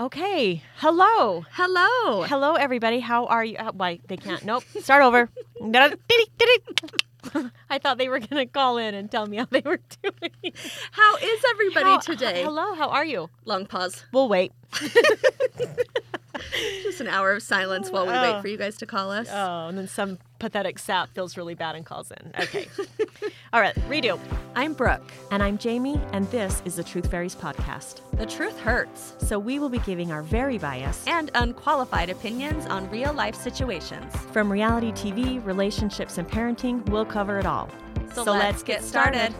Okay. Hello. Hello. Hello, everybody. How are you? Uh, why they can't? Nope. Start over. I thought they were gonna call in and tell me how they were doing. How is everybody How- today? Hello. How are you? Long pause. We'll wait. Just an hour of silence while we Oh. wait for you guys to call us. Oh, and then some pathetic sap feels really bad and calls in. Okay. All right. Redo. I'm Brooke. And I'm Jamie, and this is the Truth Fairies podcast. The truth hurts. So we will be giving our very biased And unqualified opinions on real life situations. from reality TV, relationships, and parenting. We'll cover it all. So, let's, get started.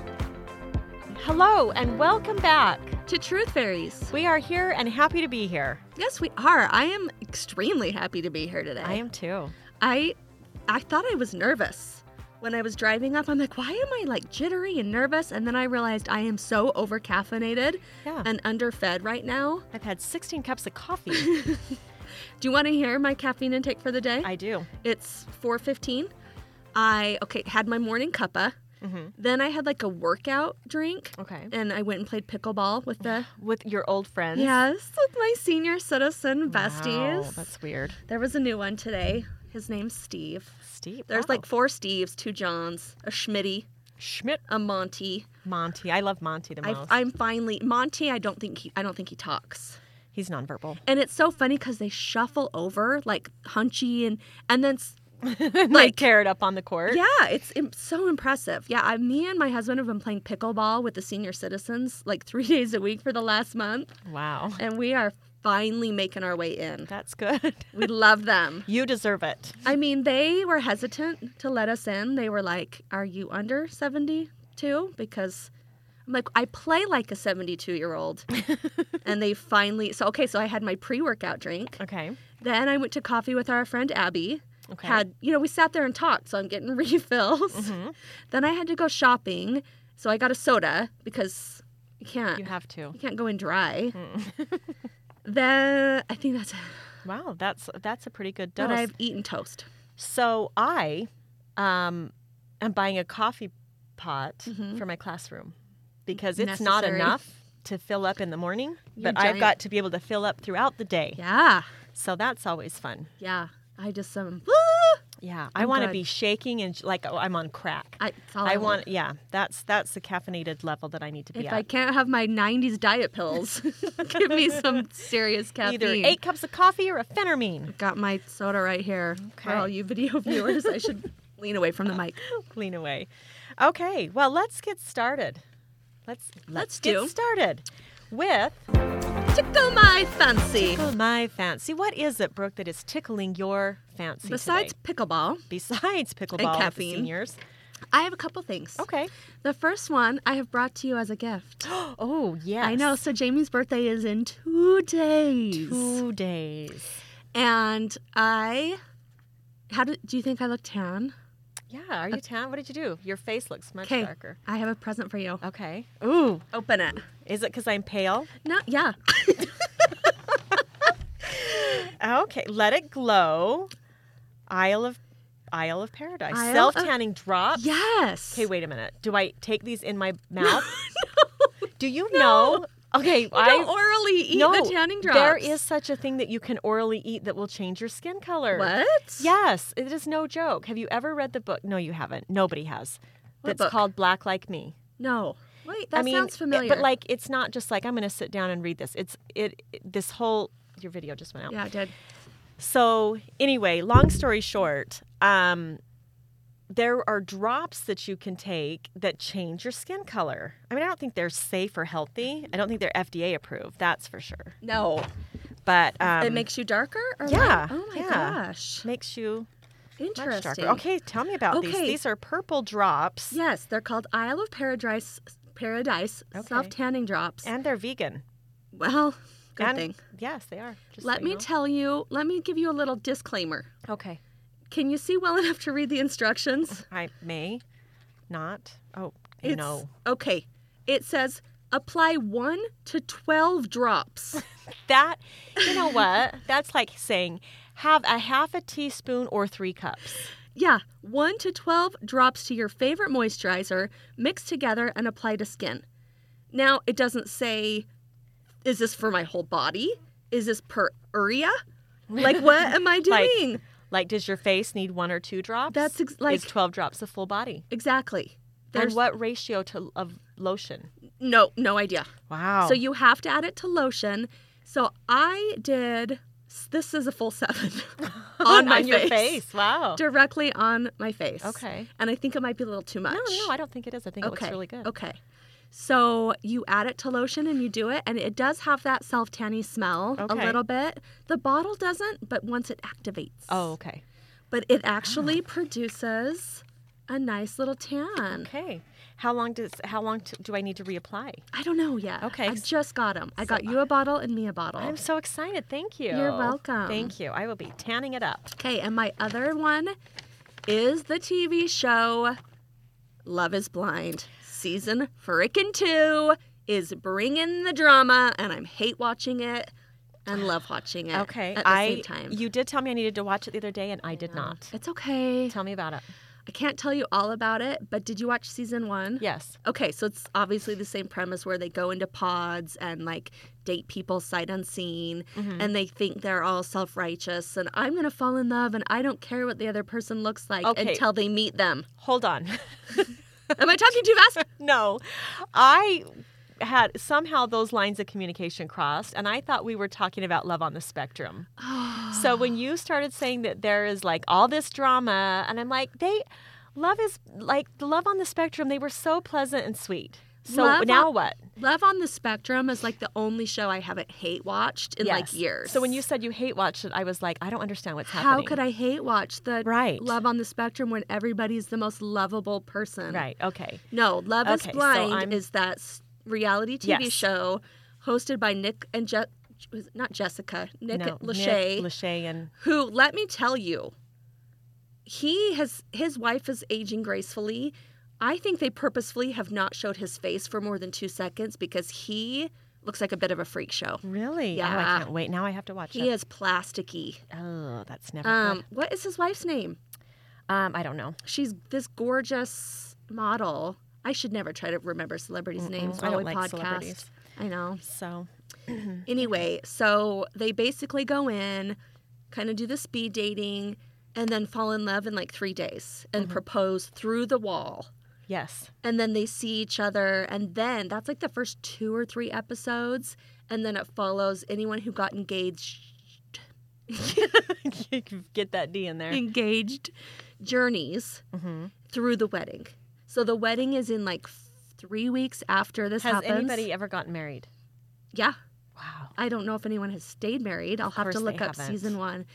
Hello, and welcome back. to Truth Fairies. We are here and happy to be here. Yes, we are. I am extremely happy to be here today. I am too. I I thought I was nervous. When I was driving up, I'm like, why am I like jittery and nervous? And then I realized I am so over caffeinated Yeah. and underfed right now. I've had 16 cups of coffee. Do you want to hear my caffeine intake for the day? I do. It's 4:15. I okay, had my morning cuppa. Mhm. Then I had like a workout drink. Okay. And I went and played pickleball with the With your old friends. Yes, with my senior citizen besties. Wow, that's weird. There was a new one today. His name's Steve. Steve. There's wow. like four Steves, two Johns, a Schmitty, Schmidt a Monty. Monty. I love Monty the I, most. I'm finally Monty. I don't think he. I don't think he talks. He's nonverbal. And it's so funny because they shuffle over like hunchy and and then s- like carrot up on the court. yeah, it's im- so impressive. Yeah, I, me and my husband have been playing pickleball with the senior citizens like three days a week for the last month, Wow. and we are finally making our way in. That's good. We love them. You deserve it. I mean, they were hesitant to let us in. They were like, "Are you under 72?" Because I'm like, I play like a 72 year old, and they finally. So okay, so I had my pre workout drink. Okay. Then I went to coffee with our friend Abby. Okay. Had you know we sat there and talked, so I'm getting refills. Mm-hmm. Then I had to go shopping, so I got a soda because you can't You you, have to. can't go in dry. Mm. then I think that's it. Wow, that's that's a pretty good But dose. I've eaten toast. So I um am buying a coffee pot Mhm. for my classroom because it's not Necessary. enough to fill up in the morning, Your but I've giant- got to be able to fill up throughout the day. Yeah. So that's always fun. Yeah, I just um, Yeah, I I'm want to glad. be shaking and sh- like oh, I'm on crack. I, it's all I want yeah, that's that's the caffeinated level that I need to be If at. I can't have my '90s diet pills, give me some serious caffeine. Either 8 cups of coffee or a phenermine. Got my soda right here Okay. for all you video viewers. I should lean away from the mic. Clean away. Okay, well, let's get started. Let's let's, Let's get do. started with Tickle my fancy. Tickle my fancy. What is it, Brooke, that is tickling your fancy Besides today? pickleball, Besides pickleball with the caffeine. seniors. I have a couple things. Okay. The first one I have brought to you as a gift. Oh, yes. I know. So Jamie's birthday is in two days, Two days. and I. How do, do you think I look tan? Yeah, are you tan? What did you do? Your face looks much 'Kay. darker. I have a present for you. Okay. Ooh, Open it. is it because I'm pale? No, yeah. Okay, let it glow. Isle of Isle of Paradise. Isle of- Self tanning drops. Yes. Okay, wait a minute. Do I take these in my mouth? Do you know? Okay, I I don't orally eat no, the tanning drops. There is such a thing that you can orally eat that will change your skin color. what? Yes, it is no joke. Have you ever read the book? No, you haven't. Nobody has. What That's book? called Black Like Me. No. Wait, that I mean, sounds it- familiar. But like, it's not just like I'm going to sit down and read this. It's it, it- This whole your video just went out. yeah, I did. So anyway, long story short, um, there are drops that you can take that change your skin color. I mean, I don't think they're safe or healthy. I don't think they're FDA approved. That's for sure. No, But um, it makes you darker. Or light- yeah, Oh my yeah. gosh. makes you much Interesting. darker. Okay, tell me about these. Okay. These are purple drops, Yes, they're called Isle of Paradise. Paradise Okay. self tanning drops. and they're vegan. well, good and, thing. Yes, they are. Just so Let you me know. tell you. Let me give you a little disclaimer. Okay, Can you see well enough to read the instructions? I may not. Oh It's, no, Okay. It says apply one to twelve drops. that you know what? That's like saying have a half a teaspoon or three cups. Yeah, 1 to 12 drops to your favorite moisturizer, mix together and apply to skin. Now, it doesn't say, is this for my whole body? is this per urea? Like, what am I Like- doing? Like, does your face need one or two drops? That's ex- like- is twelve drops a full body? exactly. And There's what ratio to of lotion? no, no idea. Wow. So you have to add it to lotion. So I did. This is a full seven on my your face. Wow. directly on my face. Okay. And I think it might be a little too much. No, no, I don't think it is. I think it looks really good. Okay. So you add it to lotion and you do it, and it does have that self tanny smell a Okay. little bit. The bottle doesn't, but once it activates, Oh, okay. but it actually produces a nice little tan. Okay. How long does how long t do I need to reapply? I don't know yet. Okay. I just got them. I got you a bottle and me a bottle. I'm so excited. Thank you. You're welcome. Thank you. I will be tanning it up. Okay, and my other one is the TV show Love is Blind. Season frickin' two is bringing the drama, and I'm hate watching it and love watching it Okay. at the I same time. you did tell me I needed to watch it the other day and I did not. it's okay. Tell me about it. I can't tell you all about it, but did you watch season one? Yes. Okay, so it's obviously the same premise where they go into pods and like date people sight unseen Mm-hmm. and they think they're all self righteous and I'm gonna fall in love and I don't care what the other person looks like Okay. until they meet them. Hold on. Am I talking too fast? no. I had somehow those lines of communication crossed and I thought we were talking about love on the spectrum. so when you started saying that there is like all this drama and I'm like they love is like the love on the spectrum they were so pleasant and sweet. So Love now on- what? Love on the Spectrum is like the only show I haven't hate watched in like Yes. years. So when you said you hate watch it, I was like, I don't understand what's how happening. could I hate watch the Right. Love on the Spectrum when everybody's the most lovable person? Right. Okay. No, Love Okay, is so Blind I'm- is that s- reality TV Yes. show hosted by Nick and Je- was it not Jessica, Nick No, Lachey, Nick Lachey and who let me tell you, he has his wife is aging gracefully. I think they purposefully have not showed his face for more than two seconds because he looks like a bit of a freak show. really. Oh, I Yeah. can't wait. Now I have to watch He it. is plasticky. Oh, that's never Um, what is his wife's name? good. Um, I don't know. She's this gorgeous model. I should never try to remember celebrities' names I while don't we like podcast. celebrities. I know. So Anyway, so they basically go in, kind of do the speed dating, and then fall in love in like three days and Mm-hmm. propose through the wall. yes. And then they see each other, and then that's like the first two or three episodes, and then it follows anyone who got engaged, You can Get that D in there. engaged journeys hmm through the wedding. So the wedding is in like three weeks after this Has happens. anybody ever gotten married? Yeah. Wow. I don't know if anyone has stayed married. I'll have course to they look up haven't. season one.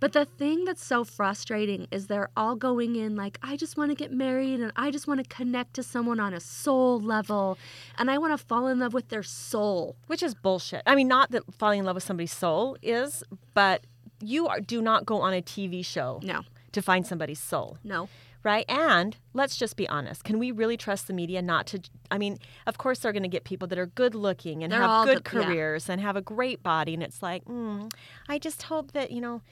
But the thing that's so frustrating is they're all going in like, I just want to get married and I just want to connect to someone on a soul level and I want to fall in love with their soul. Which is bullshit. I mean, not that falling in love with somebody's soul is, but you are, do not go on a TV show No, to find somebody's soul. no. right? And let's just be honest. Can we really trust the media not to? I mean, of course they're going to get people that are good looking and They're all have good the- yeah. careers and have a great body, and it's like, mm, I just hope that you know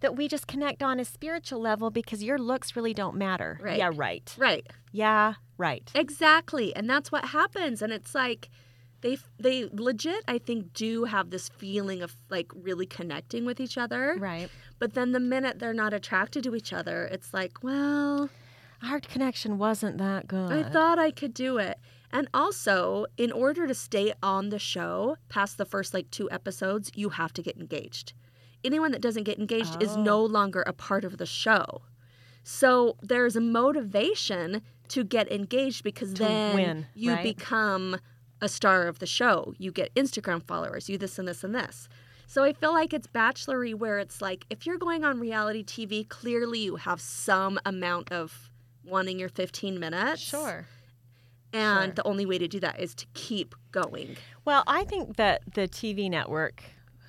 that we just connect on a spiritual level because your looks really don't matter. Right. Yeah, right. Right. Yeah, right. Exactly. And that's what happens. And it's like, they, they legit, I think, do have this feeling of like really connecting with each other. Right. But then the minute they're not attracted to each other, it's like, well, Our connection wasn't that good. I thought I could do it. And also, in order to stay on the show past the first like two episodes, you have to get engaged. Anyone that doesn't get engaged is Oh. no longer a part of the show. So there's a motivation to get engaged because then win, you right? become a star of the show. You get Instagram followers, you this and this and this. So I feel like it's bachelory where it's like if you're going on reality TV, clearly you have some amount of wanting your 15 minutes. Sure. And Sure. the only way to do that is to keep going. Well, I think that the TV network,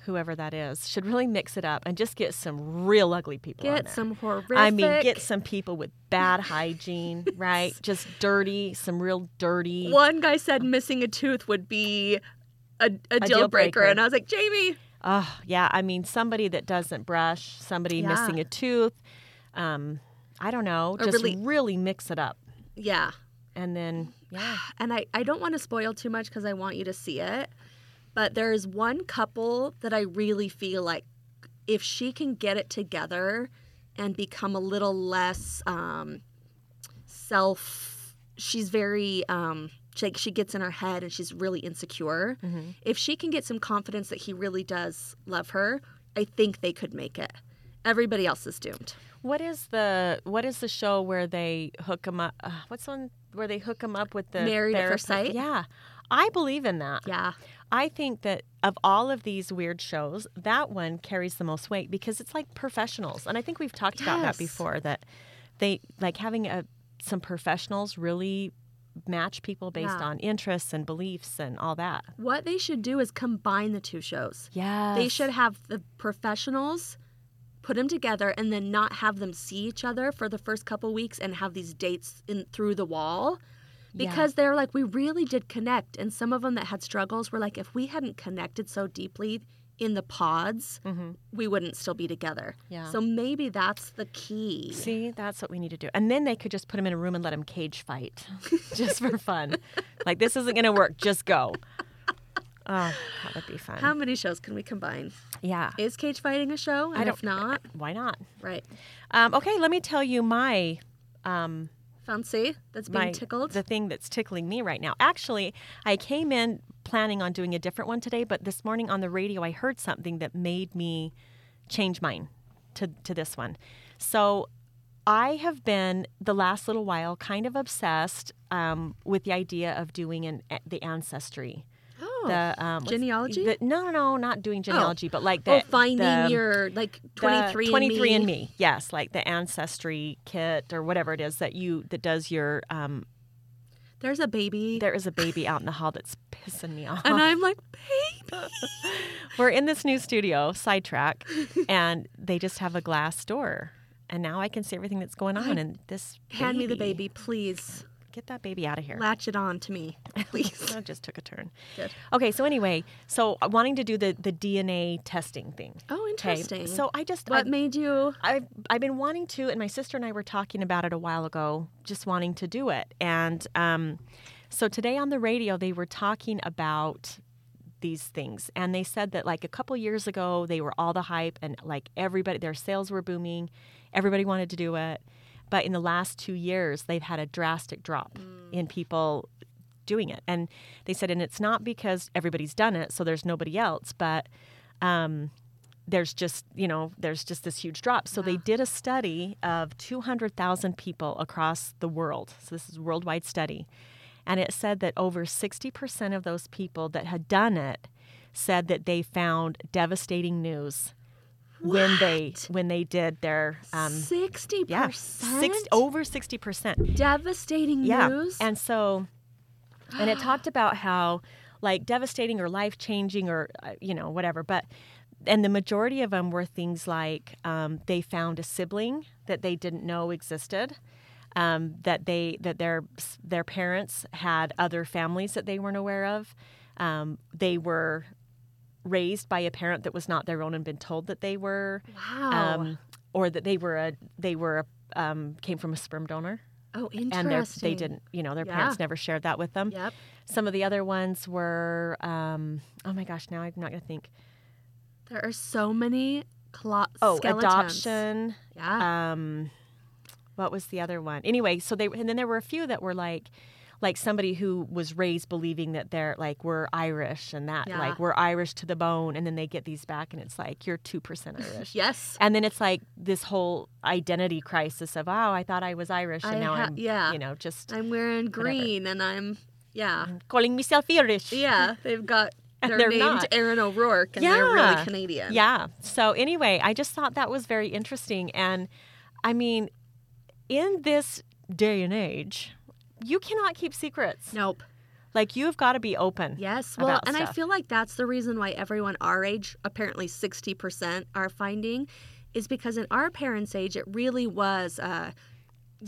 whoever that is, should really mix it up and just get some real ugly people. on Get there. some horrific. I mean, get some people with bad hygiene, right? Just dirty, some real dirty. One guy said missing a tooth would be a, a, deal, deal breaker. breaker. And I was like, Jamie, Oh, yeah. I mean, somebody that doesn't brush, somebody Yeah. missing a tooth. Um, I don't know. Or just really- really, mix it up. yeah. And then, yeah. And I, I don't want to spoil too much because I want you to see it. But there is one couple that I really feel like if she can get it together and become a little less um, self, she's very, um, she, like, she gets in her head and she's really insecure. If she can get some confidence that he really does love her, I think they could make it. Everybody else is doomed. What is the what is the show where they hook them up? Uh, what's the one where they hook them up with the Married at First therapist? Sight? Yeah, I believe in that. Yeah. I think that of all of these weird shows, that one carries the most weight because it's like professionals, and I think we've talked about that Yes. before. That they like having a some professionals really match people based Yeah. on interests and beliefs and all that. What they should do is combine the two shows. Yeah, They should have the professionals put them together and then not have them see each other for the first couple weeks and have these dates in through the wall because they're like we really did connect and some of them that had struggles were like if we hadn't connected so deeply in the pods Mhm. we wouldn't still be together Yeah. so maybe that's the key See, that's what we need to do. And then they could just put him in a room and let him cage fight just for fun. like, this isn't going to work. Just go. Oh, that would be fun. how many shows can we combine yeah. is cage fighting a show and don't- if not Why not? right Um, okay, let me tell you my. Um, fancy that's being my- tickled The thing that's tickling me right now. Actually, I came in planning on doing a different one today, but this morning on the radio, I heard something that made me change mine to, to this one. So I have been the last little while kind of obsessed um, with the idea of doing an the ancestry. oh The, um, what's- Genealogy? the- no, no, no, not doing genealogy, but like the oh, finding the- your like the 23 23 and and me yes like the ancestry kit or whatever it is that you that does your um There's a baby. there is a baby out in the hall that's pissing me off And I'm like, baby. we're in this new studio sidetrack and they just have a glass door and now i can see everything that's going on and this Hand me the baby, please. get that baby out of here Latch it on to me, please. that just took a turn Good. okay so anyway so wanting to do the the dna testing thing Oh, okay interesting. so i just what I- made you? I've I've been wanting to, and my sister and I were talking about it a while ago, just wanting to do it. And um, so today on the radio, they were talking about these things, and they said that like a couple years ago, they were all the hype, and like everybody, their sales were booming, everybody wanted to do it. But in the last two years, they've had a drastic drop in people doing it, and they said, and it's not because everybody's done it, so there's nobody else, but um, there's just you know there's just this huge drop so they did a study of 200000 people across the world so this is a worldwide study and it said that over 60% of those people that had done it said that they found devastating news when they when they did their um 60%? yeah six, over 60% Devastating news? and so, and it talked about how like devastating or life changing or, uh, you know, whatever. But, and the majority of them were things like um, they found a sibling that they didn't know existed. Um, that they that their their parents had other families that they weren't aware of. Um, they were raised by a parent that was not their own and been told that they were, wow. um, or that they were a they were a, um, came from a sperm donor oh, and their, interesting. they didn't you know their Yeah. parents never shared that with them Yep. some of the other ones were um, oh my gosh now i'm not gonna think There are so many clo- oh skeletons. adoption Yeah. um, what was the other one anyway so they and then there were a few that were like like somebody who was raised believing that they're like we're irish and that Yeah. like we're irish to the bone and then they get these back and it's like you're 2% irish yes. and then it's like this whole identity crisis of oh i thought i was irish and I now ha- i'm yeah. you know just I'm wearing green and I'm, yeah. calling myself irish Yeah. They've got, And they're, they're named not. Aaron O'Rourke and they're really Yeah. Canadian. Yeah. So anyway, I just thought that was very interesting and I mean in this day and age, you cannot keep secrets. Nope. Like you've got to be open. Yes, well, about and I stuff. feel like that's the reason why everyone our age, apparently 60% are finding, is because in our parents' age, it really was uh,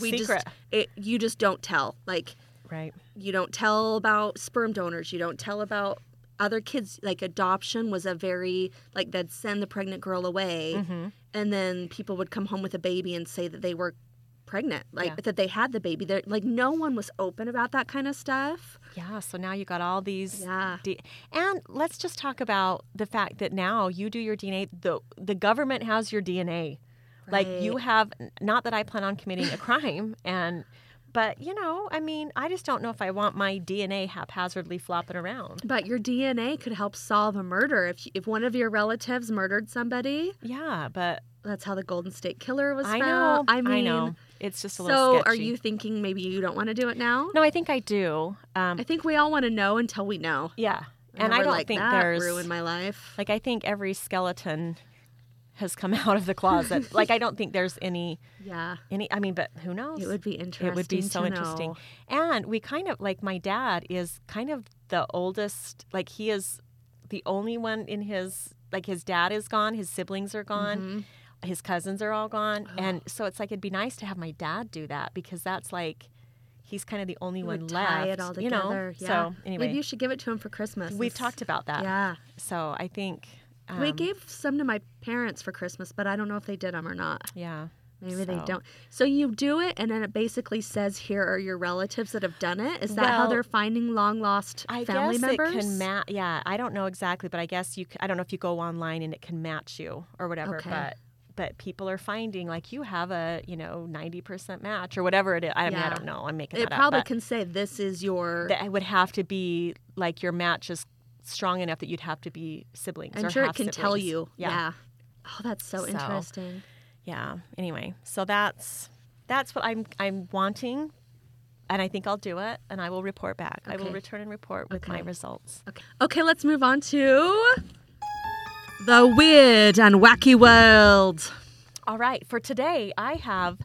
we Secret. just it you just don't tell. Like Right. you don't tell about sperm donors, you don't tell about other kids. Like adoption was a very like they'd Mm-hmm. send the pregnant girl away, and then people would come home with a baby and say that they were pregnant, like Yeah. that they had the baby. There, like no one was open about that kind of stuff. Yeah, so now you got all these. Yeah. D- and let's just talk about the fact that now you do your DNA. The the government has your DNA. Like you Right. have. Not that I plan on committing a crime, and but you know, I mean, I just don't know if I want my DNA haphazardly flopping around. But your DNA could help solve a murder. If if one of your relatives murdered somebody, Yeah, but that's how the Golden State Killer was I know. found. I mean, know. It's just a little so sketchy. are you thinking maybe you don't want to do it now? No, I think I do. Um, I think we all want to know until we know. yeah, and we're I don't like, think that there's ruined my life. Like I think every skeleton has come out of the closet. like I don't think there's any yeah, any I mean, but who knows? it would be interesting. It would be so to interesting. know. And we kind of like my dad is kind of the oldest, like he is the only one in his like his dad is gone, his siblings are gone, Mm-hmm. his cousins are all gone. And so it's like it'd be nice to have my dad do that because that's like he's kind of the only It one would left. tie it all You know? together. Yeah. So anyway, maybe you should give it to him for Christmas. we've It's- talked about that. Yeah, So I think um, we gave some to my parents for Christmas, but I don't know if they did them or not. yeah. Maybe they So- don't. So you do it, and then it basically says, "Here are your relatives that have done it." Is that how Well, they're finding long lost I family guess members? it can match. Yeah, I don't know exactly, but I guess you. c- I don't know if you go online and it can match you or whatever. Okay. But but people are finding like you have a you know ninety percent match or whatever it is. I mean, I Yeah. don't know. I'm making it that probably up. can say, "This is your." but That it would have to be like your match is strong enough that you'd have to be siblings. I'm or sure it can half-siblings. tell you. Yeah. Yeah. Oh, that's so, So- interesting. Yeah. Anyway, so that's that's what I'm I'm wanting. And I think I'll do it, and I will report back. I will Okay. return and report with my Okay. results. Okay. Okay, let's move on to the weird and wacky world. All right, for today, I have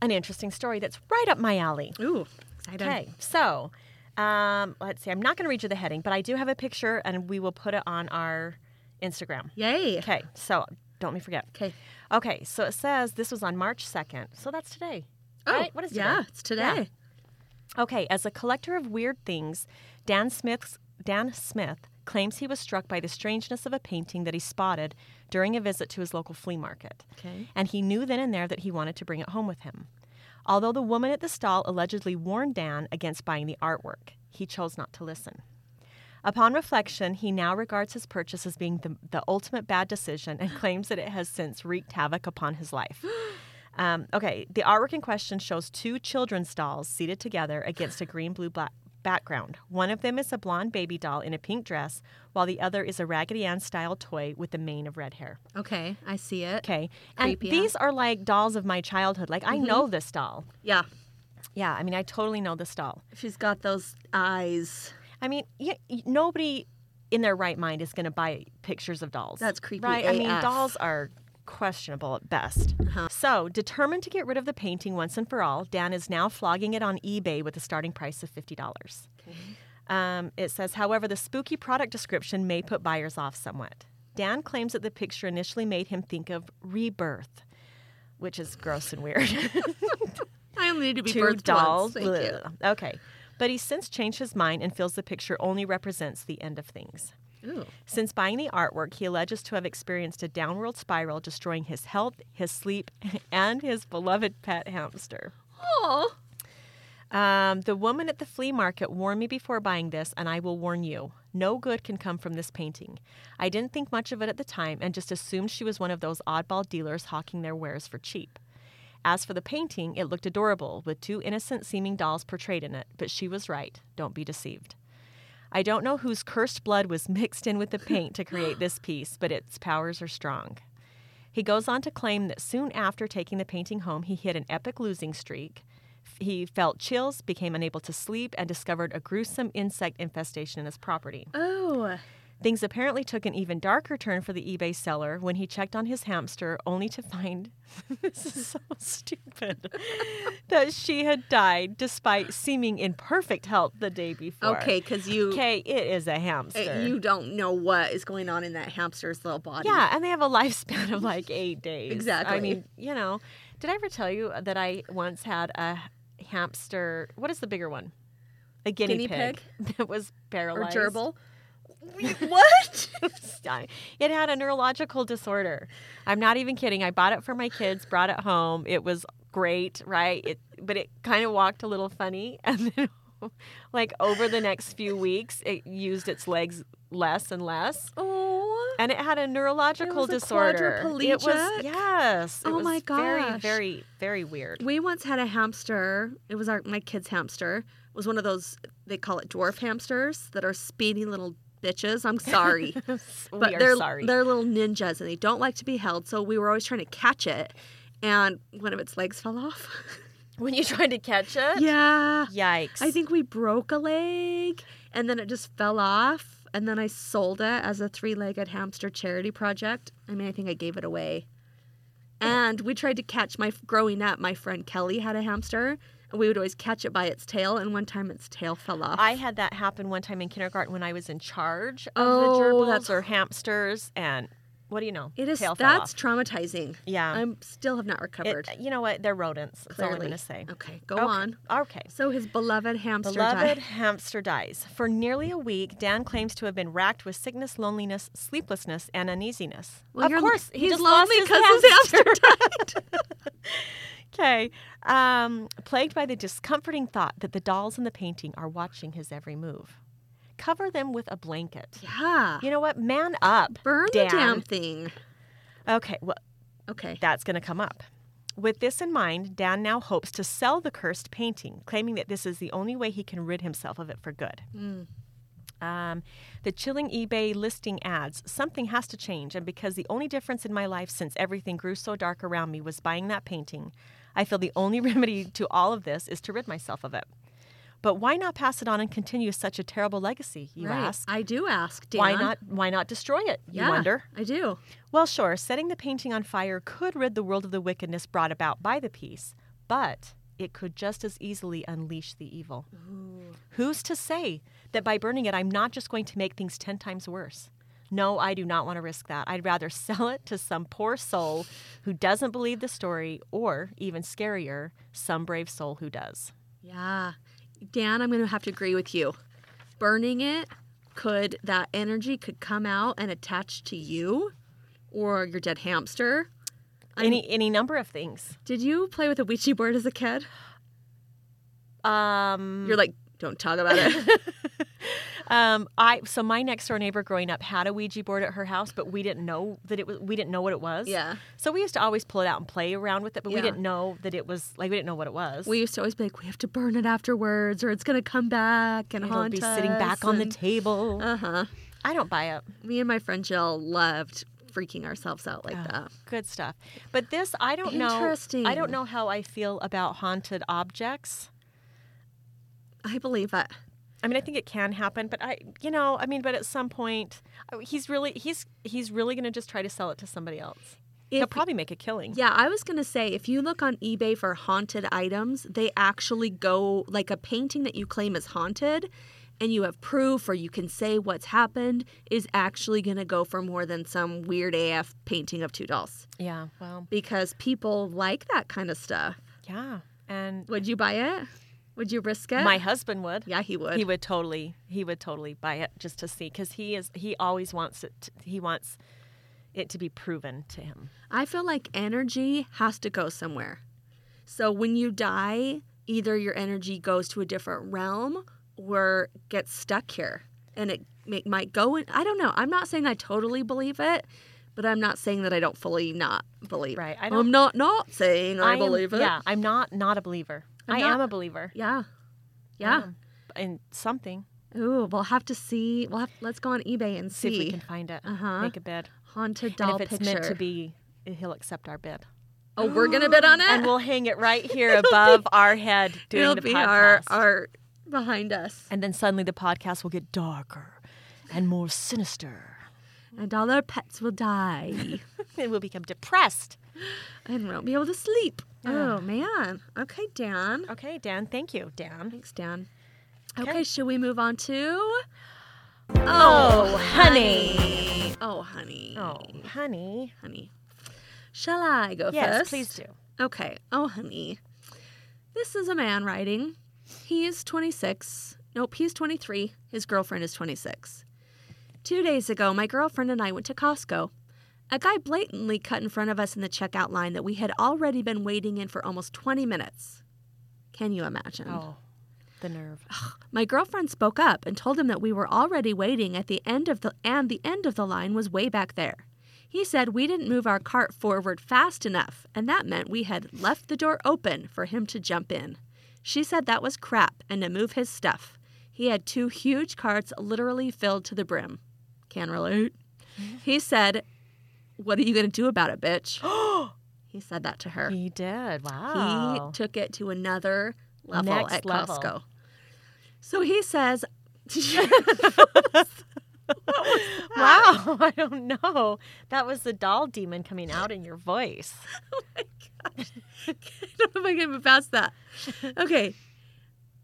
an interesting story that's right up my alley. Ooh, excited. Okay, so um, let's see. I'm not going to read you the heading, but I do have a picture and we will put it on our Instagram. Yay. Okay, so don't me forget. Okay. Okay, so it says this was on March 2nd, so that's today. right? What is today? Oh, yeah, it's today. Yeah. Okay, as a collector of weird things, Dan Smith's Dan Smith claims he was struck by the strangeness of a painting that he spotted during a visit to his local flea market. Okay. And he knew then and there that he wanted to bring it home with him. Although the woman at the stall allegedly warned Dan against buying the artwork, he chose not to listen. Upon reflection, he now regards his purchase as being the, the ultimate bad decision and claims that it has since wreaked havoc upon his life. Um, okay, the artwork in question shows two children's dolls seated together against a green blue black background. One of them is a blonde baby doll in a pink dress, while the other is a Raggedy Ann style toy with a mane of red hair. Okay, I see it. Okay, and Creepy, huh? Mm-hmm. these are like dolls of my childhood. Like, I know this doll. Yeah. Yeah, I mean, I totally know this doll. She's got those eyes. I mean, y y- nobody in their right mind is going to buy pictures of dolls. That's creepy Right? I mean, AF. dolls are questionable at best. Uh-huh. So, determined to get rid of the painting once and for all, Dan is now flogging it on eBay with a starting price of $50. Um, it says, however, the spooky product description may put buyers off somewhat. Dan claims that the picture initially made him think of rebirth, which is gross and weird. I only need to be two birthed dolls. once. Thank you. Ugh. Okay. But he's since changed his mind and feels the picture only represents the end of things. Ooh. Since buying the artwork, he alleges to have experienced a downward spiral, destroying his health, his sleep, and his beloved pet hamster. Oh. Um, the woman at the flea market warned me before buying this, and I will warn you no good can come from this painting. I didn't think much of it at the time and just assumed she was one of those oddball dealers hawking their wares for cheap. As for the painting, it looked adorable, with two innocent seeming dolls portrayed in it, but she was right. Don't be deceived. I don't know whose cursed blood was mixed in with the paint to create this piece, but its powers are strong. He goes on to claim that soon after taking the painting home, he hit an epic losing streak. F- He felt chills, became unable to sleep, and discovered a gruesome insect infestation in his property. Oh. Things apparently took an even darker turn for the eBay seller when he checked on his hamster, only to find this is so stupid that she had died despite seeming in perfect health the day before. Okay, because you Okay, it is a hamster. eh, you don't know what is going on in that hamster's little body. Yeah, and they have a lifespan of like eight days. I Exactly. mean, you know, did I ever tell you that I once had a hamster? What is the bigger one? A guinea, Guinea that was Or paralyzed. gerbil. what? it had a neurological disorder. I'm not even kidding. I bought it for my kids, brought it home. It was great, right? It, but it kind of walked a little funny, and then like over the next few weeks, it used its legs less and less, Oh. and it had a neurological It was a disorder. It was quadriplegic? yes. It Oh was my Very, gosh. very, very weird. We once had a hamster. It was our my kid's hamster. It was one of those they call it dwarf hamsters that are speedy little bitches. I'm sorry. but we are they're sorry. they're little ninjas and they don't like to be held, so we were always trying to catch it and one of its legs fell off. when you tried to catch it, yeah. yikes! I think we broke a leg and then it just fell off and then I sold it as a three-legged hamster charity project. I mean, I think I gave it away. And we tried to catch my growing up, my friend Kelly had a hamster and we would always catch it by its tail and one time its tail fell off. I had that happen one time in kindergarten when I was in charge of Oh, the gerbils that's- or hamsters, and what do you know? it is Tail fell that's off. traumatizing. yeah. I'm still have not It- recovered. you know what? They're rodents. That's all I'm Clearly. going to say. okay, go Okay. on. Okay. So his beloved hamster Beloved died. hamster dies. For nearly a week, Dan claims to have been racked with sickness, loneliness, sleeplessness, and uneasiness. Well, of you're- course, he he's just lost lonely his 'cause his hamster. hamster okay. Um, plagued by the discomforting thought that the dolls in the painting are watching his every move, cover them with a blanket. Yeah. You know what? Man up. Burn Dan. the damn thing. Okay. Well, Okay. that's going to come up. With this in mind, Dan now hopes to sell the cursed painting, claiming that this is the only way he can rid himself of it for good. Hmm. Um, the chilling eBay listing adds something has to change, and because the only difference in my life since everything grew so dark around me was buying that painting, I feel the only remedy to all of this is to rid myself of it. But why not pass it on and continue such a terrible legacy, you right. ask? I do ask. Dan. Why not why not destroy it, Yeah, you wonder? I do. Well, sure, setting the painting on fire could rid the world of the wickedness brought about by the piece, but it could just as easily unleash the evil. Who's to say that by burning it, I'm not just going to make things 10 times worse? No, I do not want to risk that. I'd rather sell it to some poor soul who doesn't believe the story, or even scarier, some brave soul who does. Yeah. Dan, I'm going to have to agree with you. Burning it could that energy could come out and attach to you or your dead hamster. I'm- Any, any number of things. Did you play with a Ouija board as a kid? Um, You're like, don't talk about it. Um, I so my next door neighbor growing up had a Ouija board at her house, but we didn't know that it was. We didn't know what it was. Yeah. So we used to always pull it out and play around with it, but we Yeah. didn't know that it was like we didn't know what it was. we used to always be like, we have to burn it afterwards, or it's going to come back and It'll haunt be sitting back on the table. Uh huh. I don't buy it. Me and my friend Jill loved freaking ourselves out Oh. like that. Good stuff. But this, I don't know. I Interesting. don't know how I feel about haunted objects. I believe it. I mean, I think it can happen, but I, you know, I mean, but at some point, uh, he's really, he's, he's really going to just try to sell it to somebody else. He'll If- probably make a killing. Yeah, I was gonna say if you look on eBay for haunted items, they actually go like a painting that you claim is haunted, and you have proof or you can say what's happened is actually gonna go for more than some weird AF painting of two dolls Yeah. Well. because people like that kind of stuff. Yeah. And Would you buy it? Would you risk it? My husband would. yeah, he would. He would totally. He would totally buy it just to see because he is. He always wants it. To, he wants it to be proven to him. I feel like energy has to go somewhere. So when you die, either your energy goes to a different realm or gets stuck here. And it may, might go in. I don't know. I'm not saying I totally believe it, but I'm not saying that I don't fully not believe Right, I it. don't- I'm not not saying I, am- believe it. Yeah. I'm not not a believer. I'm I not- am a believer Yeah. Yeah. in something. Ooh, we'll have to see. We'll have, let's go on eBay and See, see, if we can find it. Uh-huh. Make a bid. haunted And doll if it's picture. meant to be, he'll accept our bid. oh, we're gonna bid on it. And we'll hang it right here above our head during It'll the be podcast. our our behind us. and then suddenly the podcast will get darker and more sinister. and all our pets will die And we'll become depressed. and won't be able to sleep. Oh man. Okay, Dan. Okay, Dan. Thank you, Dan. Thanks, Dan. Okay. Okay, should we move on to? Oh, honey. Oh, honey. Oh, honey. honey. Shall I go Yes, first? please do. Okay. Oh, honey. This is a man writing. He is 26. Nope, he's 23. His girlfriend is 26. Two days ago, my girlfriend and I went to Costco. A guy blatantly cut in front of us in the checkout line that we had already been waiting in for almost 20 minutes. Can you imagine? Oh, the nerve. My girlfriend spoke up and told him that we were already waiting at the end of the and the end of the line was way back there. He said we didn't move our cart forward fast enough, and that meant we had left the door open for him to jump in. She said that was crap and to move his stuff. He had two huge carts literally filled to the brim. Can relate. He said, What are you going to do about it, bitch? he said that to her. He did. He Wow. took it to another level Oh. Next at level. Costco. So he says, wow. I don't know. That was the doll demon coming out in your voice. I don't know if I can get past that. Okay.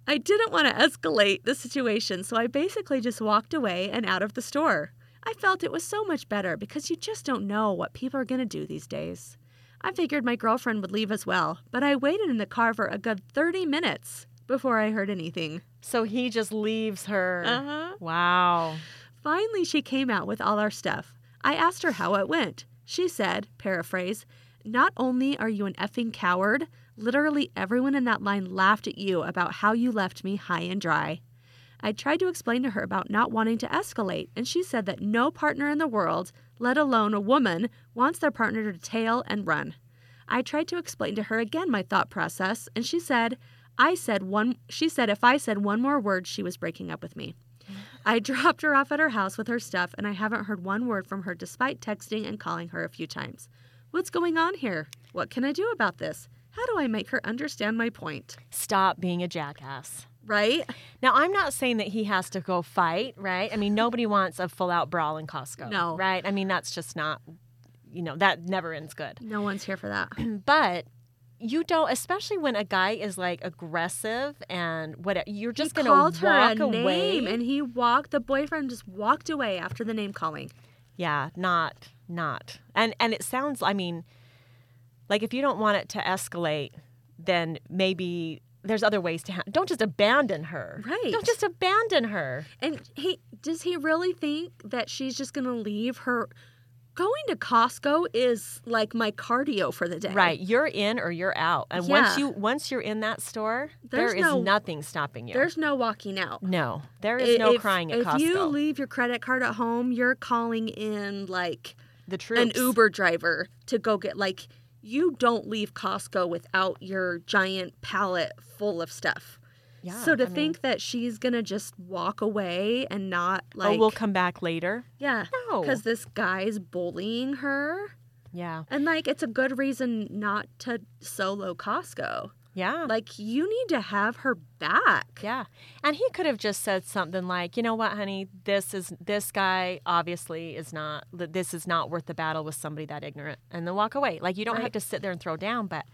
I didn't want to escalate the situation, so I basically just walked away and out of the store. I felt it was so much better because you just don't know what people are going to do these days. I figured my girlfriend would leave as well, but I waited in the car for a good 30 minutes before I heard anything. So he just leaves her. Uh-huh. Wow. Finally, she came out with all our stuff. I asked her how it went. She said, paraphrase, Not only are you an effing coward, literally everyone in that line laughed at you about how you left me high and dry. I tried to explain to her about not wanting to escalate, and she said that no partner in the world, let alone a woman, wants their partner to tail and run. I tried to explain to her again my thought process, and she said, I said one she said if I said one more word she was breaking up with me. I dropped her off at her house with her stuff, and I haven't heard one word from her despite texting and calling her a few times. What's going on here? What can I do about this? How do I make her understand my point? Stop being a jackass. Right? Now, I'm not saying that he has to go fight, right? I mean, nobody wants a full out brawl in Costco. No. Right? I mean, that's just not, you know, that never ends good. No one's here for that. But you don't, especially when a guy is like aggressive and whatever, you're just he going called to her a walk away. name, and he walked. The boyfriend just walked away after the name calling. Yeah, not not. And and it sounds I mean like if you don't want it to escalate, then maybe there's other ways to ha- don't just abandon her. Right. Don't just abandon her. And he does he really think that she's just gonna leave her? Going to Costco is like my cardio for the day. Right. You're in or you're out. And once Eh, you Yeah. once you're in that store, There's there is no- nothing stopping you. There's no walking out. no. There is no if, crying at if Costco. you leave your credit card at home, you're calling in like the troops. an Uber driver to go get like you don't leave Costco without your giant pallet full of stuff. Yeah, so to I mean- think that she's gonna just walk away and not like oh, we'll come back later. yeah No. because this guy's bullying her Yeah. and like it's a good reason not to solo Costco. Yeah. Like you need to have her back. Yeah. And he could have just said something like, "You know what, honey? This is this guy obviously is not th- this is not worth the battle with somebody that ignorant." And then walk away. Like you don't have Right. to sit there and throw down, but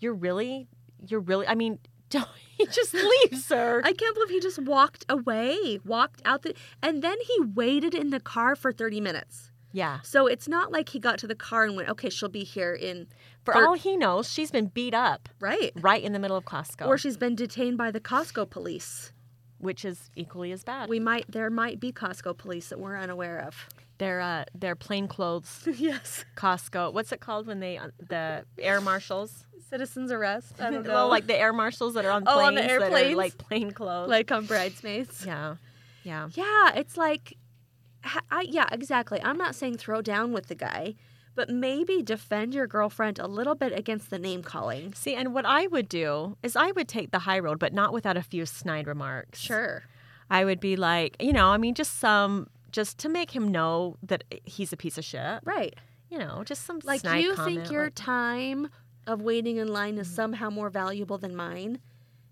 you're really you're really I mean, don't he just leaves her. I can't believe he just walked away, walked out the, and then he waited in the car for 30 minutes. yeah. So it's not like he got to the car and went, okay, she'll be here in, For Thir- all he knows, she's been beat up right? right in the middle of Costco, Or she's been detained by the Costco police. which is equally as bad. We might, there might be Costco police that we're unaware of. they're uh they're plainclothes yes. Costco. What's it called when they uh, the air marshals? Citizens arrest. I don't know. Well, like the air marshals that are on Oh, planes on the that are airplanes? like plain clothes. like on bridesmaids. Yeah. Yeah. Yeah, it's like, ha- I, yeah, exactly. I'm not saying throw down with the guy, but maybe defend your girlfriend a little bit against the name calling. See, and what I would do is I would take the high road, but not without a few snide remarks. Sure. I would be like, you know, I mean, just some, just to make him know that he's a piece of shit. Right. You know, just some Like snide you comment, think your like- time of waiting in line is somehow more valuable than mine,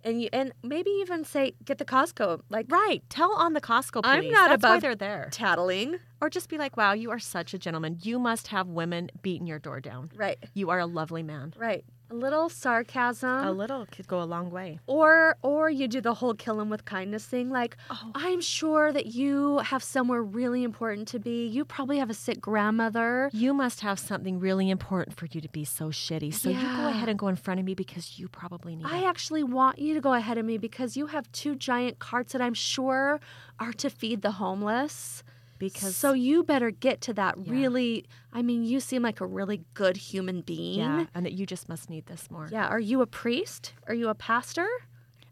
and you and maybe even say get the Costco like right. Tell on the Costco police. I'm not That's why above- they're there. tattling. Or just be like, wow, you are such a gentleman. You must have women beating your door down. Right. You are a lovely man. Right. A little sarcasm, A little could go a long way. or or you do the whole kill him with kindness thing. Like Oh. I'm sure that you have somewhere really important to be. You probably have a sick grandmother. You must have something really important for you to be so shitty. So you go Yeah. ahead and go in front of me because you probably need it. I actually want you to go ahead of me because you have two giant carts that I'm sure are to feed the homeless. because so you better get to that Yeah. really I mean, you seem like a really good human being. yeah, and that you just must need this more. Yeah, Are you a priest? Are you a pastor?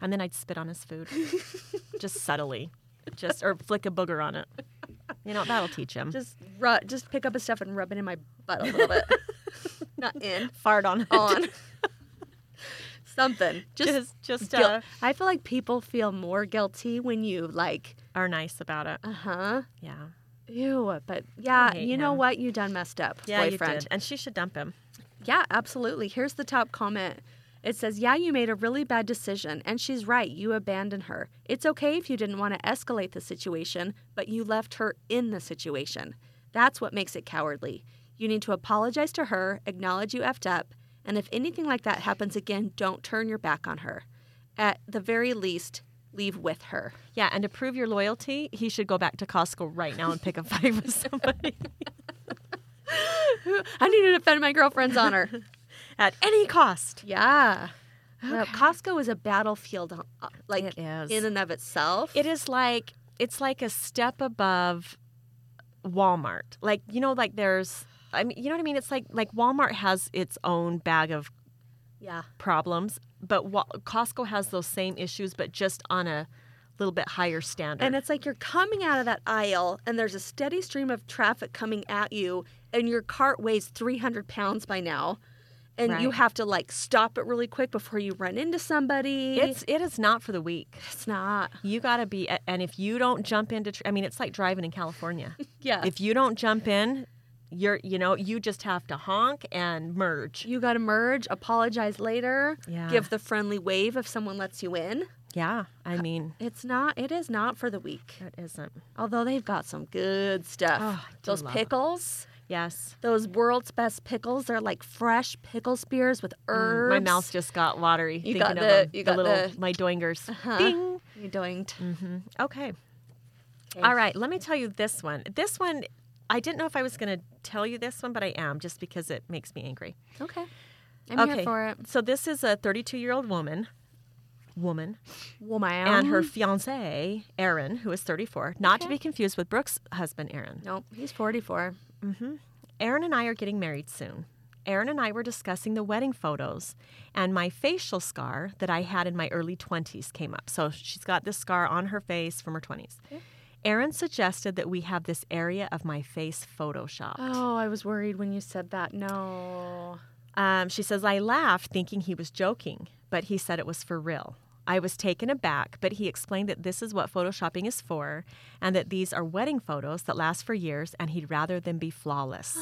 And then I'd spit on his food, just subtly, just or flick a booger on it. You know that'll teach him. Just ru- just pick up his stuff and rub it in my butt a little bit. Not in, fart on it. on. Something. Just, Oh, just just guilt. uh, I feel like people feel more guilty when you like, are nice about it. uh huh. Yeah. Ew, but yeah, hate you know him. what? You done messed up, Yeah, boyfriend. you did. And she should dump him. Yeah, absolutely. Here's the top comment. It says, Yeah, you made a really bad decision, and she's right. You abandoned her. It's okay if you didn't want to escalate the situation, but you left her in the situation. That's what makes it cowardly. You need to apologize to her, acknowledge you effed up, and if anything like that happens again, don't turn your back on her. At the very least, leave with her. Yeah, and to prove your loyalty, he should go back to Costco right now and pick a fight with somebody I need to defend my girlfriend's honor. at any cost. Yeah. No, Costco is a battlefield, uh, like It is. in and of itself. It is like it's like a step above Walmart. Like you know, like there's I mean, you know what I mean? It's like like Walmart has its own bag of Yeah. problems, but Wa- Costco has those same issues, but just on a little bit higher standard. And it's like you're coming out of that aisle, and there's a steady stream of traffic coming at you, and your cart weighs 300 pounds by now, and you Right. have to like stop it really quick before you run into somebody. it's it is not for the weak. it's not. You got to be, and if you don't jump into, tr- I mean, it's like driving in California. Yeah. if you don't jump in, you're, you know, you just have to honk and merge. you got to merge, apologize later, Yeah. give the friendly wave if someone lets you in. Yeah, I mean, It's not. It is not for the weak. that isn't. Although they've got some good stuff. Oh, I do Those love 'em. pickles. Yes, Those world's best pickles. They're like fresh pickle spears with herbs. Mm, my mouth just got watery You thinking got of the- them, you the got little the- my doingers. Uh-huh. Ding. You doing? Okay. All right, let me tell you this one. This one, I didn't know if I was going to tell you this one, but I am just because it makes me angry. Okay. I'm okay. here for it. So this is a 32-year-old woman, woman, Woman. and her fiance Aaron, who is 34, not to Oh. Okay. be confused with Brooke's husband Aaron. Nope, he's 44. Aaron and I are getting married soon. Aaron and I were discussing the wedding photos, and my facial scar that I had in my early 20s came up. So she's got this scar on her face from her 20s. Aaron suggested that we have this area of my face photoshopped. Oh, I was worried when you said that. No. Um, she says, I laughed thinking he was joking, but he said it was for real. I was taken aback, but he explained that this is what photoshopping is for and that these are wedding photos that last for years and he'd rather them be flawless.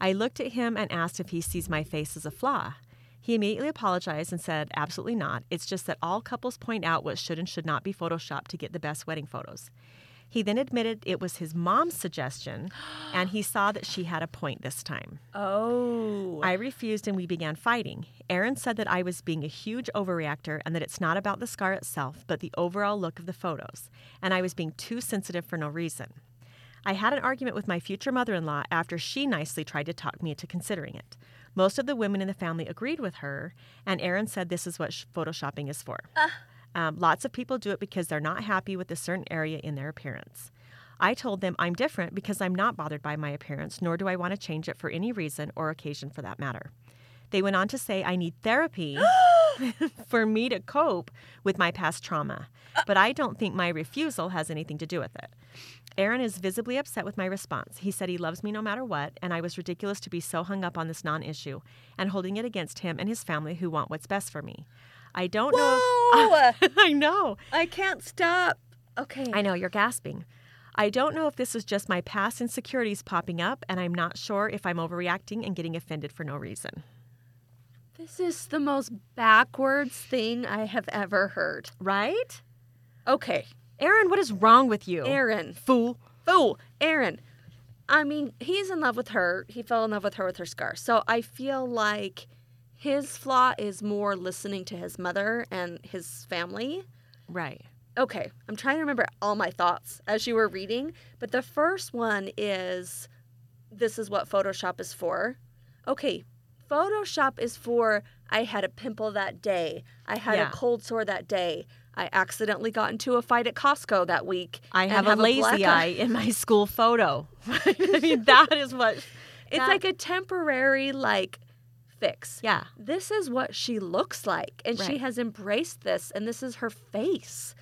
I looked at him and asked if he sees my face as a flaw. He immediately apologized and said, Absolutely not. It's just that all couples point out what should and should not be photoshopped to get the best wedding photos. He then admitted it was his mom's suggestion and he saw that she had a point this time. Oh. I refused and we began fighting. Aaron said that I was being a huge overreactor and that it's not about the scar itself, but the overall look of the photos, and I was being too sensitive for no reason. I had an argument with my future mother in law after she nicely tried to talk me into considering it. Most of the women in the family agreed with her, and Aaron said this is what sh- photoshopping is for. Um, lots of people do it because they're not happy with a certain area in their appearance. I told them I'm different because I'm not bothered by my appearance, nor do I want to change it for any reason or occasion for that matter. They went on to say I need therapy for me to cope with my past trauma, but I don't think my refusal has anything to do with it. Aaron is visibly upset with my response. He said he loves me no matter what, and I was ridiculous to be so hung up on this non issue and holding it against him and his family who want what's best for me. I don't Whoa! know. I know. I can't stop. Okay. I know you're gasping. I don't know if this is just my past insecurities popping up, and I'm not sure if I'm overreacting and getting offended for no reason. This is the most backwards thing I have ever heard. Right? Okay. Aaron, what is wrong with you? Aaron. Fool. Oh, Aaron. I mean, he's in love with her. He fell in love with her with her scar. So I feel like his flaw is more listening to his mother and his family. Right. okay, I'm trying to remember all my thoughts as you were reading, but the first one is this is what Photoshop is for. Okay, Photoshop is for I had a pimple that day. I had Yeah. a cold sore that day. I accidentally got into a fight at Costco that week. I and have, a black lazy eye in my school photo. I mean, that is what. It's that- like a temporary like fix. yeah, This is what she looks like and she Right. has embraced this and this is her face.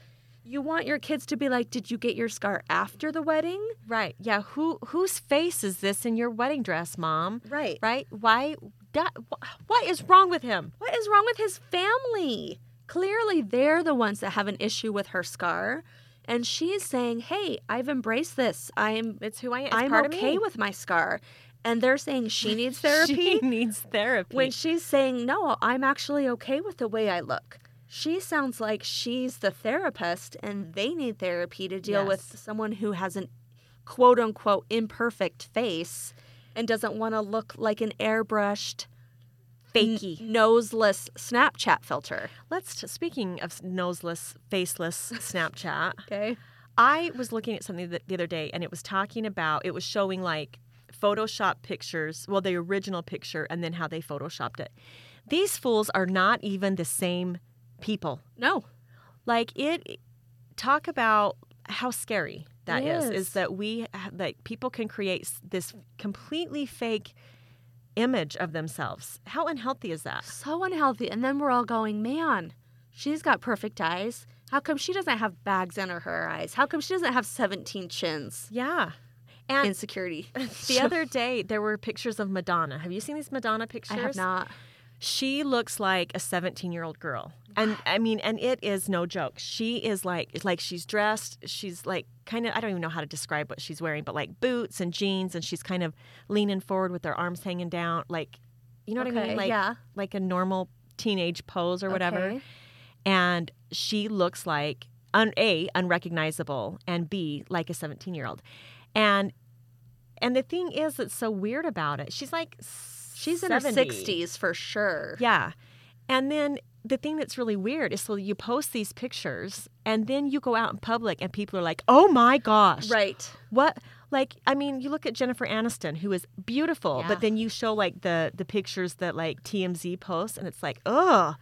You want your kids to be like, "Did you get your scar after the wedding?" right. Yeah, who whose face is this in your wedding dress, mom? Right. Right? Why? That, wh- what is wrong with him? What is wrong with his family? Clearly, they're the ones that have an issue with her scar. And she's saying, hey, I've embraced this. I'm, It's who I am. It's I'm part okay of me. with my scar. And they're saying she needs therapy. She needs therapy. when she's saying, no, I'm actually okay with the way I look. She sounds like she's the therapist and they need therapy to deal with Yes. someone who has an quote unquote imperfect face and doesn't want to look like an airbrushed n- fakey. noseless Snapchat filter. Let's t- speaking of s- noseless, faceless Snapchat. Okay. I was looking at something the, the other day, and it was talking about it was showing like Photoshop pictures. Well, the original picture, and then how they photoshopped it. These fools are not even the same people. No. Like it, talk about how scary that is. is. Yes. that we ha- that people can create s- this completely fake image of themselves. How unhealthy is that? So unhealthy. And then we're all going, man, she's got perfect eyes. How come she doesn't have bags under her eyes? How come she doesn't have 17 chins? Yeah. And Insecurity. The other day, there were pictures of Madonna. Have you seen these Madonna I pictures? have not. She looks like a 17 year old girl. And I mean, and it is no joke. She is like, it's like she's dressed. She's like kind of, I don't even know how to describe what she's wearing, but like boots and jeans. And she's kind of leaning forward with her arms hanging down. Like, you know what I Okay, mean? Like, yeah. like a normal teenage pose or whatever. Okay. And she looks like, un- A, unrecognizable, and B, like a 17 year old. And and the thing is that's so weird about it, she's like She's in 70. her 60s for sure. Yeah. And then the thing that's really weird is so you post these pictures and then you go out in public and people are like, "Oh my gosh." Right. What like I mean, you look at Jennifer Aniston who is beautiful, Yeah. but then you show like the the pictures that like TMZ posts and it's like, "Ugh,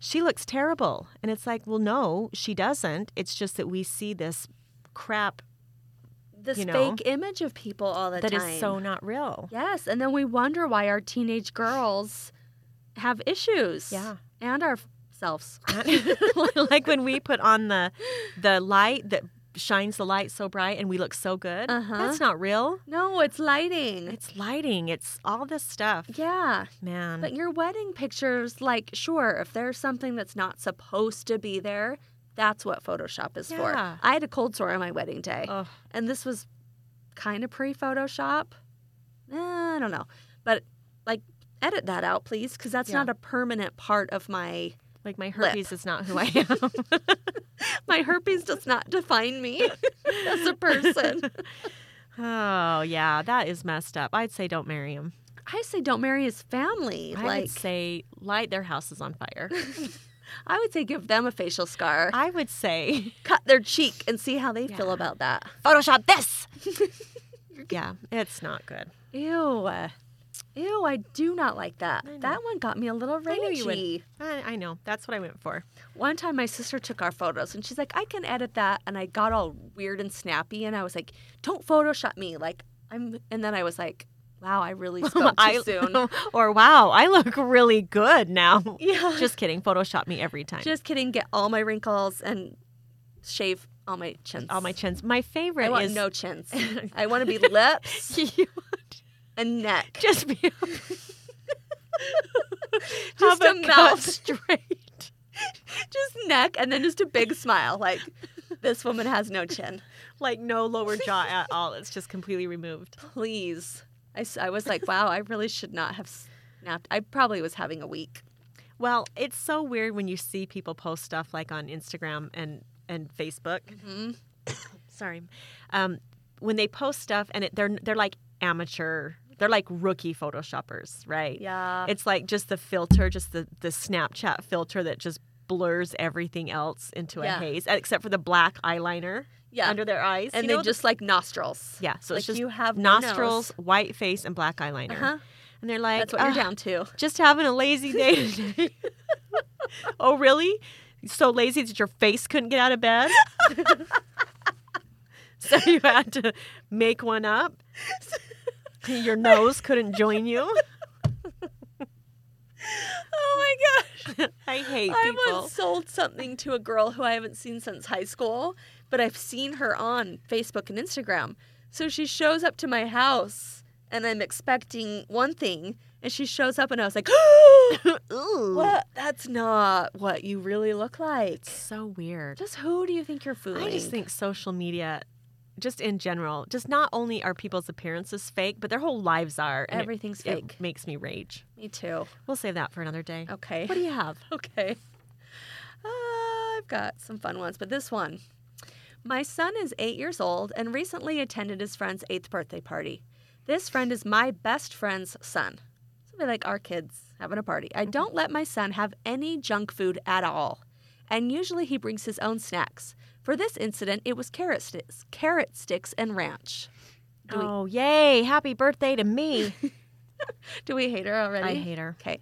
she looks terrible." And it's like, "Well, no, she doesn't. It's just that we see this crap This You know, fake image of people all the that is time. so not real." Yes. And then we wonder why our teenage girls have issues. Yeah. And ourselves. like when we put on the the light that shines the light so bright and we look so good. Uh-huh. That's not real. no, it's lighting. It's lighting. It's Mm. all this stuff. yeah. Man. But your wedding pictures, like, sure, if there's something that's not supposed to be there, that's what Photoshop is Yeah. Oh. for. I had a cold sore on my wedding day, Ugh. and this was kind of pre Photoshop. Eh, I don't know. But, like, edit that out, please, because that's Yeah. not a permanent part of my. like my herpes is not who I am. My herpes does not define me as a person. oh yeah, that is messed up. I'd say don't marry him. I say don't marry his family. I like, would say light their houses on fire. I would say give them a facial scar, I would say cut their cheek, and see how they feel Yeah. about that. Photoshop this. yeah, it's not good. Ew. Ew, I do not like that. I know. That one got me a little I knew you would. ragey. I, I know. That's what I went for. One time my sister took our photos and she's like, I can edit that. And I got all weird and snappy and I was like, don't Photoshop me. Like, I'm, and then I was like, wow, I really spoke too I- soon. or wow, I look really good now. yeah. Just, Just kidding. Photoshop me every time. just kidding. Get all my wrinkles and shave all my chins. all my chins. My favorite I want is no chins. I want to be lips you and neck. just be Just have a it cut mouth. straight. Just neck and then just a big smile. Like, this woman has no chin. Like no lower jaw at all. It's just completely removed. please. I, s- I was like, wow, I really should not have snapped. I probably was having a week. Well, it's so weird when you see people post stuff like on Instagram and and Facebook. Sorry, um, when they post stuff and it, they're they're like amateur, they're like rookie photoshoppers, right? Yeah. It's like just the filter, just the the Snapchat filter that just blurs everything else into Yeah. a haze, except for the black eyeliner yeah. under their eyes. and you they know, the- just like nostrils. yeah, so like it's just you have no nostrils, nose. white face, and black eyeliner. Uh-huh. and they're like, That's what you're "Ugh, down to. just having a lazy day today. oh, really? So lazy that your face couldn't get out of bed? so you had to make one up? Your nose couldn't join you? Oh my gosh. I hate I people. once sold something to a girl who I haven't seen since high school, but I've seen her on Facebook and Instagram. So she shows up to my house and I'm expecting one thing, and she shows up and I was like, Ooh. What? That's not what you really look like. So weird. Just who do you think you're fooling? I just think social media, just in general, just not only are people's appearances fake, but their whole lives are. and it- everything's it fake. makes me rage. Me too. We'll save that for another day. Okay. What do you have? okay. Uh, I've got some fun ones, but this one. My son is eight years old and recently attended his friend's eighth birthday party. This friend is my best friend's son. So we like our kids having a party. I don't let my son have any junk food at all, and usually he brings his own snacks. For this incident, it was carrot sticks, carrot sticks and ranch. Do we- Oh, yay. Happy birthday to me. Do we hate her already? I hate her. Okay.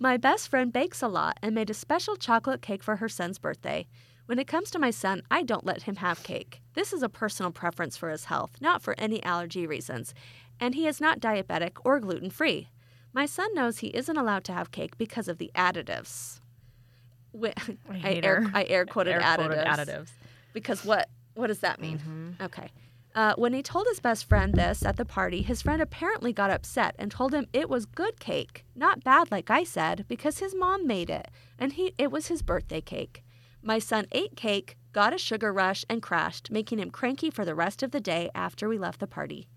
My best friend bakes a lot and made a special chocolate cake for her son's birthday. When it comes to my son, I don't let him have cake. This is a personal preference for his health, not for any allergy reasons. And he is not diabetic or gluten free. My son knows he isn't allowed to have cake because of the additives. Wh- I, hate air, her. I air quoted Air-quoted additives. Because what what does that mean? hmm. Okay. Uh, when he told his best friend this at the party, his friend apparently got upset and told him it was good cake, not bad like I said, because his mom made it, and he it was his birthday cake. My son ate cake, got a sugar rush, and crashed, making him cranky for the rest of the day after we left the party.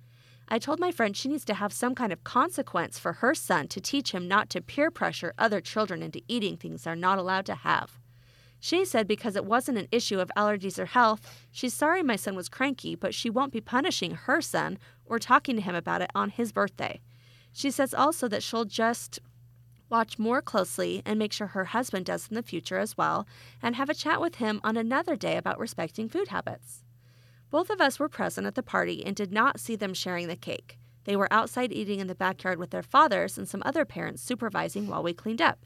I told my friend she needs to have some kind of consequence for her son to teach him not to peer pressure other children into eating things they're not allowed to have. She said because it wasn't an issue of allergies or health, she's sorry my son was cranky, but she won't be punishing her son or talking to him about it on his birthday. She says also that she'll just watch more closely and make sure her husband does in the future as well, and have a chat with him on another day about respecting food habits. Both of us were present at the party and did not see them sharing the cake. They were outside eating in the backyard with their fathers and some other parents supervising while we cleaned up.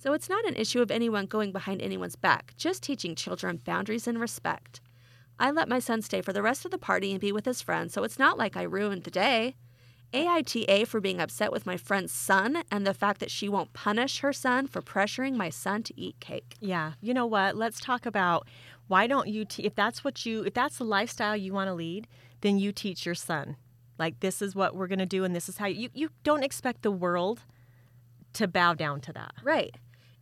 So it's not an issue of anyone going behind anyone's back, just teaching children boundaries and respect. I let my son stay for the rest of the party and be with his friends, so it's not like I ruined the day. AITA for being upset with my friend's son and the fact that she won't punish her son for pressuring my son to eat cake. Yeah. You know what? Let's talk about why don't you te- if that's what you if that's the lifestyle you want to lead, then you teach your son. Like this is what we're going to do and this is how you you don't expect the world to bow down to that. Right.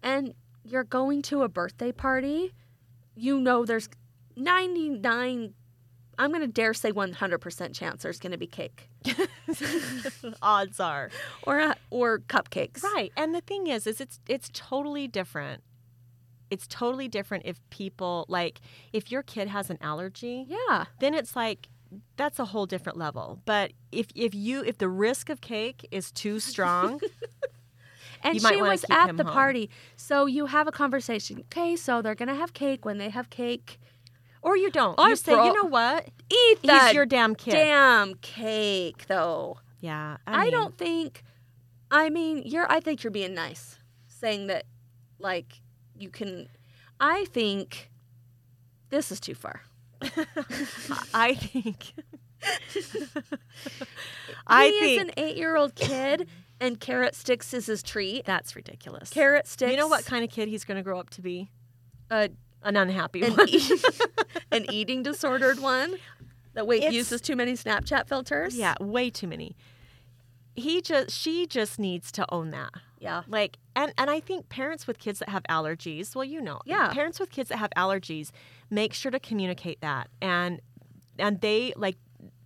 And you're going to a birthday party, you know there's 99 I'm going to dare say 100% chance there's going to be cake Odds are. or uh, or cupcakes. Right. And the thing is is it's it's totally different. It's totally different if people like if your kid has an allergy. Yeah. then it's like that's a whole different level. But if if you if the risk of cake is too strong, And You might she wanna was keep at him the home. party. So you have a conversation. Okay, so they're going to have cake when they have cake. or you don't, I you say, brought you know what? Eat He's that your damn kid. damn cake though. yeah, I, mean, don't think I mean, you're I think you're being nice saying that like you can I think this is too far. I think. I he think is an 8-year-old kid and carrot sticks is his treat. that's ridiculous. Carrot sticks. You know what kind of kid he's going to grow up to be? uh, An unhappy an, one. e- an eating disordered one that wait It's- uses too many Snapchat filters. yeah, way too many. He just she just needs to own that. yeah, Like and and I think parents with kids that have allergies, well you know, Yeah. parents with kids that have allergies, make sure to communicate that and and they like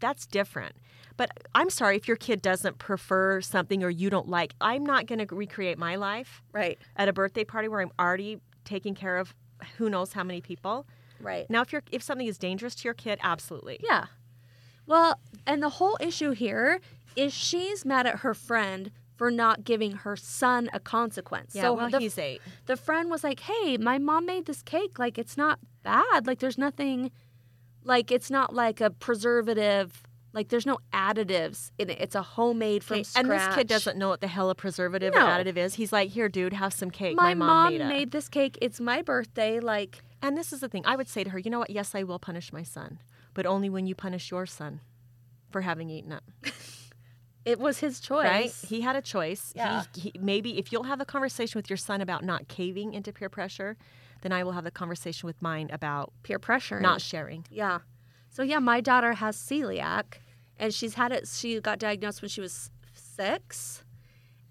that's different. But I'm sorry if your kid doesn't prefer something or you don't like. I'm not going to recreate my life right, at a birthday party where I'm already taking care of who knows how many people. right. Now if you're if something is dangerous to your kid, absolutely. Yeah. Well, and the whole issue here is she's mad at her friend for not giving her son a consequence. Yeah, so well, the, he's 8. the friend was like, "Hey, my mom made this cake. Like it's not bad. Like there's nothing like it's not like a preservative Like there's no additives in it. It's a homemade from Okay, scratch. and this kid doesn't know what the hell a preservative No. or additive is. He's like, "Here, dude, have some cake. My, My, mom, made, made, it." this cake. It's my birthday. Like And this is the thing. I would say to her, "You know what? Yes, I will punish my son, but only when you punish your son for having eaten it." it was his choice. Right? He had a choice. Yeah. He, he, maybe if you'll have a conversation with your son about not caving into peer pressure, then I will have a conversation with mine about Peer pressure. not sharing. Yeah. So yeah, my daughter has celiac, and she's had it. She got diagnosed when she was six,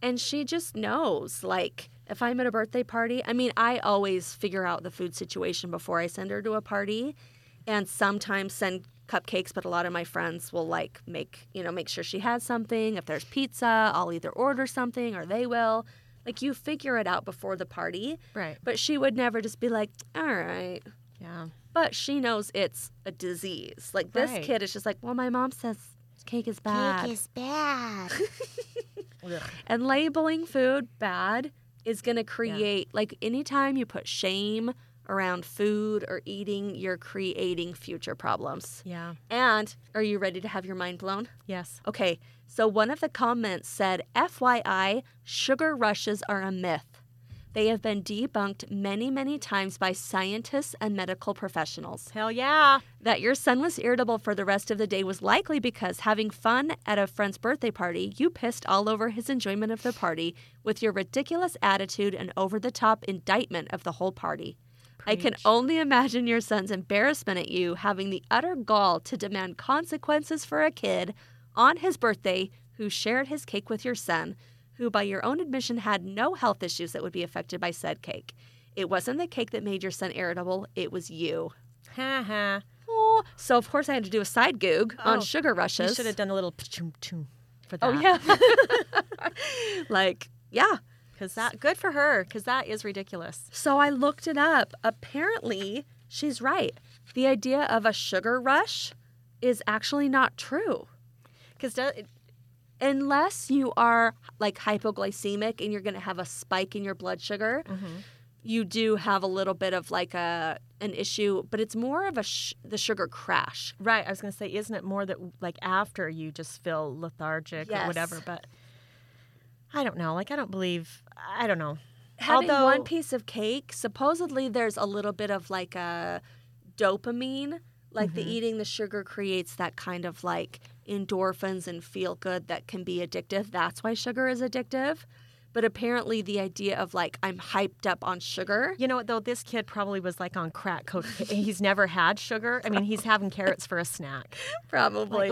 and she just knows. Like if I'm at a birthday party, I mean, I always figure out the food situation before I send her to a party, and sometimes send cupcakes. But a lot of my friends will like make you know make sure she has something. If there's pizza, I'll either order something or they will. Like you figure it out before the party. Right. But she would never just be like, all right Yeah. but she knows it's a disease. Like this Right. kid is just like, well, my mom says cake is bad, is bad. and labeling food bad is going to create like anytime you put shame around food or eating, you're creating future problems. yeah. And are you ready to have your mind blown? Yes. Okay, so one of the comments said, FYI, sugar rushes are a myth. They have been debunked many, many times by scientists and medical professionals. Hell yeah. That your son was irritable for the rest of the day was likely because having fun at a friend's birthday party, you pissed all over his enjoyment of the party with your ridiculous attitude and over the top indictment of the whole party. I can Preach. only imagine your son's embarrassment at you having the utter gall to demand consequences for a kid on his birthday who shared his cake with your son, who, by your own admission, had no health issues that would be affected by said cake. It wasn't the cake that made your son irritable, it was you. Ha ha. Oh, so of course I had to do a side goog on Oh, sugar You rushes. should have done a little pachum chum for that. oh yeah. like yeah. Because that, good for her, because that is ridiculous. So I looked it up. Apparently, she's right. The idea of a sugar rush is actually not true. Because Unless you are like hypoglycemic and you're going to have a spike in your blood sugar, Mm-hmm. you do have a little bit of like a an issue, but it's more of a sh- the sugar crash. Right. I was going to say, isn't it more that like after you just feel lethargic Yes. or whatever? But I don't know. Like, I don't believe, I don't know. having Although- one piece of cake, supposedly there's a little bit of like a dopamine, like the eating the sugar creates that kind of like endorphins and feel good that can be addictive. That's why sugar is addictive. But apparently, the idea of like I'm hyped up on sugar. You know what, though? This kid probably was like on crack cocaine. he's never had sugar. I mean, he's having carrots for a snack. Probably.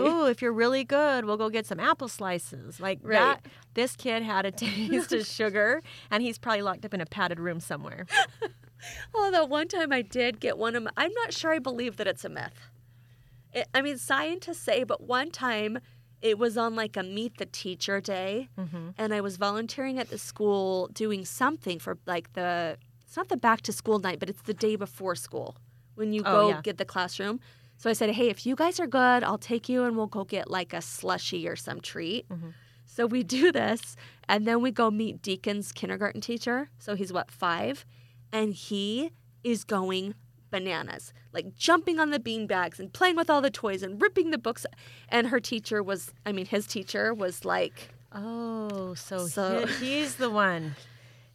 Like, ooh, if you're really good, we'll go get some apple slices. Like Right. that. This kid had a taste of sugar, and he's probably locked up in a padded room somewhere. Although Oh, one time I did get one of my, I'm not sure I believe that it's a myth. It, I mean, scientists say, but one time it was on like a meet the teacher day, Mm-hmm. and I was volunteering at the school doing something for like the, it's not the back to school night, but it's the day before school when you Oh, go yeah. get the classroom. So I said, hey, if you guys are good, I'll take you and we'll go get like a slushy or some treat. Mm-hmm. So we do this, and then we go meet Deacon's kindergarten teacher. So he's what, five? And he is going bananas, like jumping on the beanbags and playing with all the toys and ripping the books. And her teacher was, I mean, his teacher was like, Oh, so, So- he- he's the one.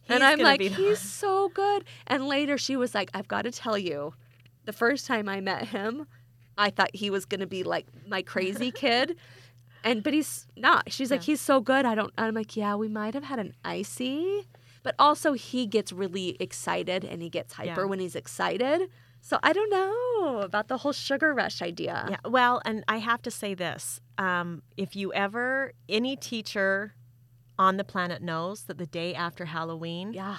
He's and I'm gonna like, be he's the one. so good. And later she was like, I've got to tell you, the first time I met him, I thought he was going to be like my crazy kid. And but he's not. She's like, he's so good. I don't. I'm like, yeah, we might have had an icy, but also he gets really excited and he gets hyper Yeah. when he's excited. So I don't know about the whole sugar rush idea. Uh, Yeah. Well, and I have to say this: um, if you ever, any teacher on the planet knows that the day after Halloween, Yeah.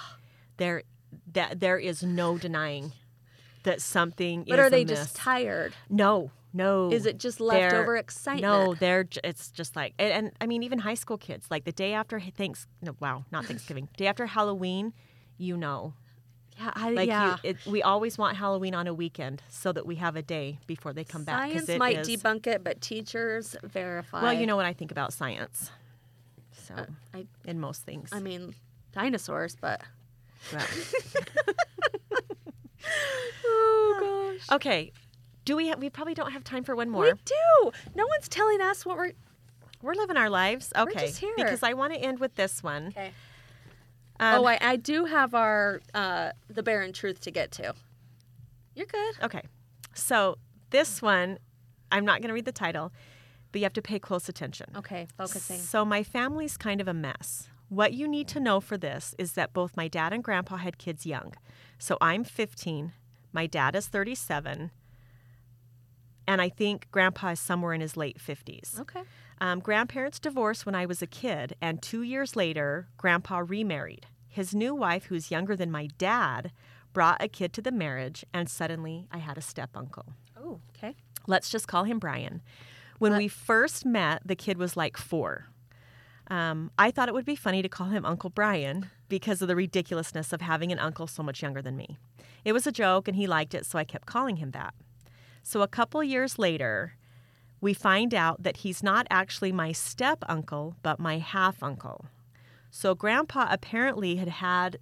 there that there is no denying that something. But is are they amiss. just tired? no, no. Is it just They're- leftover excitement? No, they're j- it's just like and, and I mean even high school kids like the day after h- thanks no wow not Thanksgiving day after Halloween, you know Yeah. I, like yeah. you, it, we always want Halloween on a weekend so that we have a day before they come back. 'cause Science it might is- debunk it, but teachers verify. Well, you know what I think about science. So Uh, I, in most things, I mean, dinosaurs, but But- oh gosh. okay. Do we? Ha- we probably don't have time for one We more. do. No one's telling us what we're. We're living our lives. Okay. just here. Because I want to end with this one. Okay. Um, oh, I, I do have our uh, the barren truth to get to. You're good. Okay. So this one, I'm not going to read the title, but you have to pay close attention. Okay, focusing. So my family's kind of a mess. What you need to know for this is that both my dad and grandpa had kids young. So I'm 15, my dad is 37, and I think grandpa is somewhere in his late 50s. Okay. Um, grandparents divorced when I was a kid, and two years later, grandpa remarried. His new wife, who's younger than my dad, brought a kid to the marriage, and suddenly I had a step uncle. Oh, okay. Let's just call him Brian. When we first met, the kid was like four. Um, I thought it would be funny to call him Uncle Brian because of the ridiculousness of having an uncle so much younger than me. It was a joke and he liked it, so I kept calling him that. So a couple years later, we find out that he's not actually my step uncle, but my half uncle. So grandpa apparently had had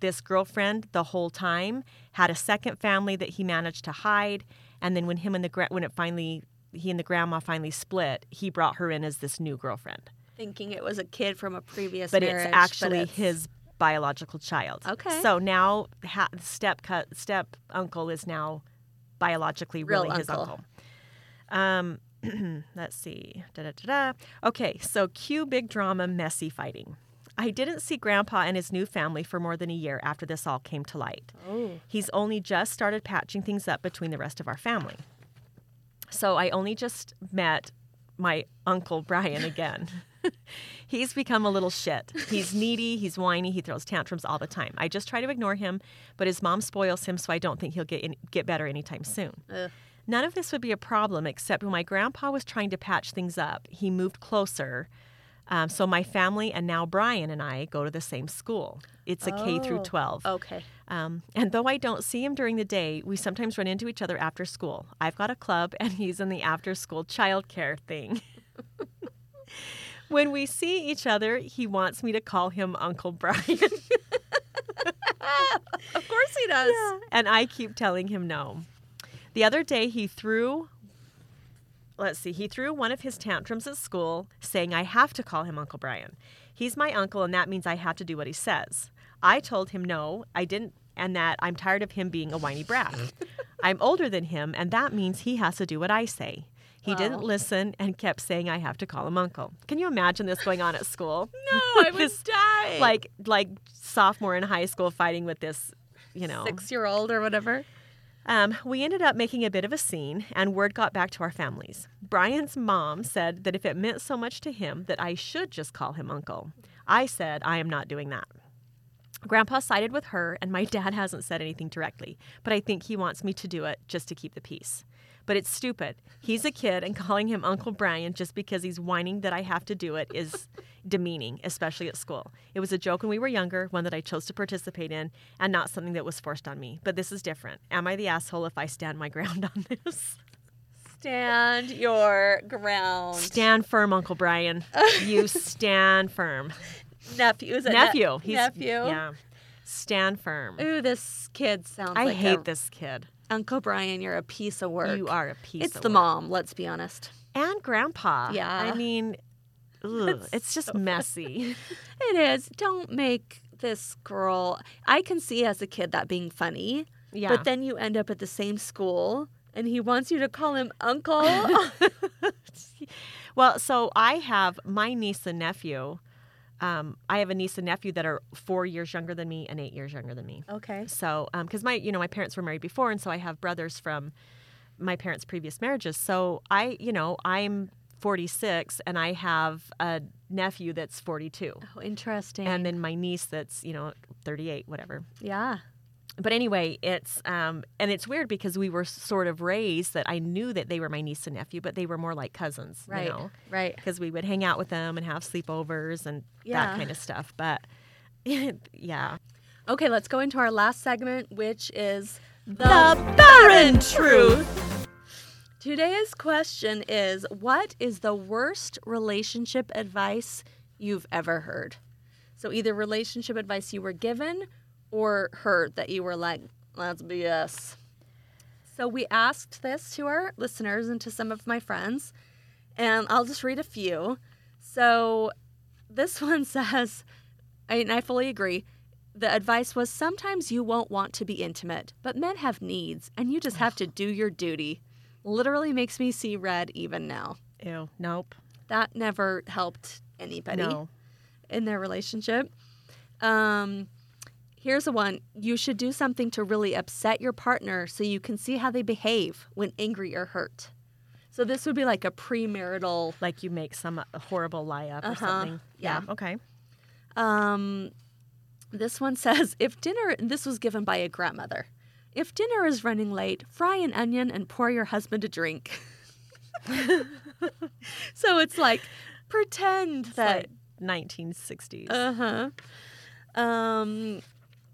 this girlfriend the whole time, had a second family that he managed to hide, and then when him and the gra- when it finally he and the grandma finally split, he brought her in as this new girlfriend. Thinking it was a kid from a previous But marriage, it's actually it's- his biological child. Okay. So now ha- step cut step uncle is now biologically Real really his uncle. uncle. Um let's see. Da, da, da, da. Okay, so cue big drama, messy fighting. I didn't see Grandpa and his new family for more than a year after this all came to light. Oh. He's only just started patching things up between the rest of our family. So I only just met my uncle Brian again. he's become a little shit. He's needy, he's whiny, he throws tantrums all the time. I just try to ignore him, but his mom spoils him, so I don't think he'll get in, get better anytime soon. Ugh. None of this would be a problem except when my grandpa was trying to patch things up. He moved closer. Um, so my family and now Brian and I go to the same school. It's a K through Oh. 12. Okay. Um, and though I don't see him during the day, we sometimes run into each other after school. I've got a club, and he's in the after school childcare thing. when we see each other, he wants me to call him Uncle Brian, Of course he does. and I keep telling him no. The other day, he threw. Let's see, he threw one of his tantrums at school saying, I have to call him Uncle Brian. He's my uncle, and that means I have to do what he says. I told him no, I didn't, and that I'm tired of him being a whiny brat. I'm older than him, and that means he has to do what I say. He didn't Wow. listen and kept saying, I have to call him uncle. Can you imagine this going on at school? No, I would This, die. Like, like sophomore in high school fighting with this, you know. six year old or whatever. Um, we ended up making a bit of a scene, and word got back to our families. Brian's mom said that if it meant so much to him, that I should just call him uncle. I said I am not doing that. Grandpa sided with her, and my dad hasn't said anything directly, but I think he wants me to do it just to keep the peace. But it's stupid. He's a kid, and calling him Uncle Brian just because he's whining that I have to do it is demeaning, especially at school. It was a joke when we were younger, one that I chose to participate in, and not something that was forced on me. But this is different. Am I the asshole if I stand my ground on this? Stand your ground. Stand firm, Uncle Brian. You stand firm. nephew. Is it ne- Nephew. nephew. Yeah. Stand firm. Ooh, this kid sounds I like hate a- this kid. Uncle Brian, you're a piece of work. You are a piece. It's of the work. mom, let's be honest. and grandpa. Yeah. I mean, ugh, That's it's just messy. It is. Don't make this girl. I can see as a kid that being funny, yeah. but then you end up at the same school and he wants you to call him uncle. well, so I have my niece and nephew. Um, I have a niece and nephew that are four years younger than me and eight years younger than me. okay. So, because my, you know, my parents were married before, and so I have brothers from my parents' previous marriages. So I, you know, I'm 46, and I have a nephew that's 42, Oh, interesting. and then my niece that's, you know, 38, whatever. yeah. but anyway, it's um, and it's weird because we were sort of raised that I knew that they were my niece and nephew, but they were more like cousins, Right. you know, Right. because we would hang out with them and have sleepovers and Yeah. that kind of stuff. But yeah, Okay, let's go into our last segment, which is barren truth. Today's question is What is the worst relationship advice you've ever heard? So, either relationship advice you were given or heard that you were like, that's BS. So we asked this to our listeners and to some of my friends, and I'll just read a few. So this one says, I- and I fully agree. The advice was sometimes you won't want to be intimate, but men have needs, and you just have to do your duty. Literally makes me see red even now. Ew. Nope. That never helped anybody No. in their relationship. Um, here's a one you should do something to really upset your partner so you can see how they behave when angry or hurt. So this would be like a premarital. Like you make some horrible lie up or Uh-huh. something. Yeah. Okay. Um, this one says if dinner, and this was given by a grandmother, if dinner is running late, fry an onion and pour your husband a drink. so it's like pretend It's that like 1960s. Uh huh. Um,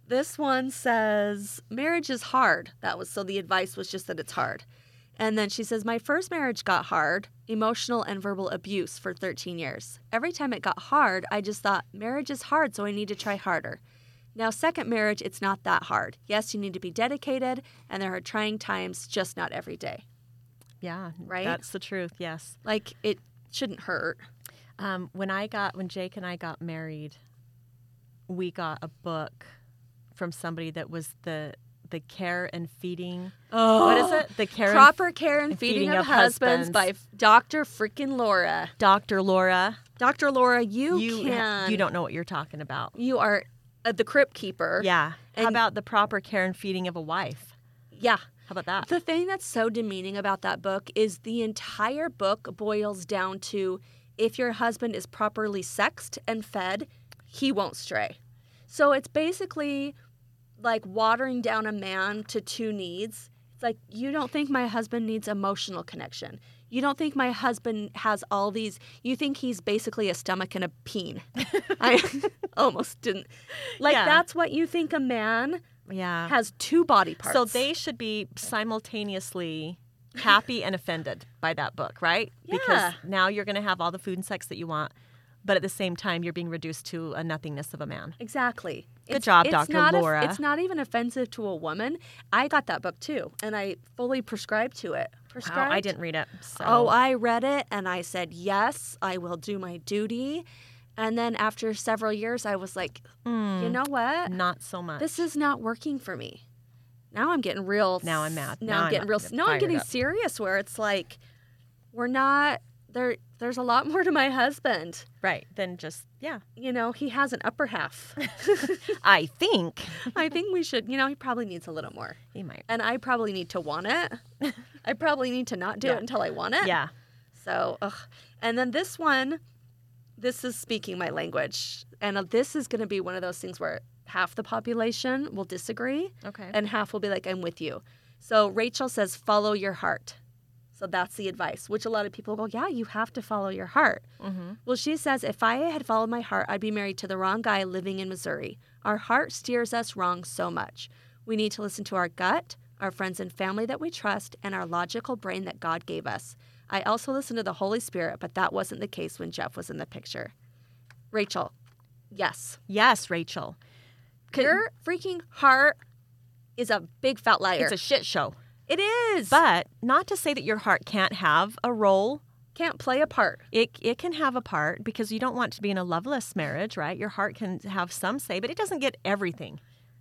this one says marriage is hard. That was so the advice was just that it's hard. And then she says, My first marriage got hard, emotional and verbal abuse for 13 years. Every time it got hard, I just thought, marriage is hard, so I need to try harder. Now, second marriage, it's not that hard. Yes, you need to be dedicated, and there are trying times, just not every day. yeah. right? That's the truth. Yes. Like, it shouldn't hurt. Um, when I got when Jake and I got married, we got a book from somebody that was the the care and feeding. Oh, What is it? The care and Proper care and feeding, feeding of, of husbands, husbands. by f- Dr. Freaking Laura. Dr. Laura. Dr. Laura, you, you can. you don't know what you're talking about. You are uh, the crypt keeper. Yeah. How And- about the proper care and feeding of a wife? Yeah. How about that? The thing that's so demeaning about that book is the entire book boils down to if your husband is properly sexed and fed, he won't stray. So it's basically like watering down a man to two needs. It's like, you don't think my husband needs emotional connection. You don't think my husband has all these. You think he's basically a stomach and a peen. I almost didn't. Like, Yeah. that's what you think a man Yeah. has two body parts. So they should be simultaneously happy and offended by that book, right? Because Yeah. now you're going to have all the food and sex that you want, but at the same time, you're being reduced to a nothingness of a man. Exactly. Good job, Dr. not of- Laura. it's not even offensive to a woman. I got that book too, and I fully prescribed to it. Wow, Prescribed? Oh, I didn't read it. So. Oh, I read it and I said, yes, I will do my duty. And then after several years, I was like, Mm, you know what? not so much. This is not working for me. Now I'm getting real. Now I'm mad. Now, Now I'm I'm getting real. Now I'm fired getting up. serious where it's like, we're not, there. there's a lot more to my husband. right. Then just, yeah. You know, he has an upper half. I think I think we should, you know, he probably needs a little more. he might. And I probably need to want it. I probably need to not do Yeah. it until I want it. Yeah. So, ugh. and then this one, this is speaking my language. And uh, this is going to be one of those things where half the population will disagree Okay. and half will be like, I'm with you. So Rachel says, follow your heart. So that's the advice, which a lot of people go, yeah, you have to follow your heart. hmm Well, she says, if I had followed my heart, I'd be married to the wrong guy living in Missouri. Our heart steers us wrong so much. We need to listen to our gut, our friends and family that we trust, and our logical brain that God gave us. I also listen to the Holy Spirit, but that wasn't the case when Jeff was in the picture. Rachel, yes. Yes, Rachel. Your freaking heart is a big fat liar. It's a shit show. it is. But not to say that your heart can't have a role can't play a part. it it can have a part because you don't want to be in a loveless marriage, right? Your heart can have some say, but it doesn't get everything.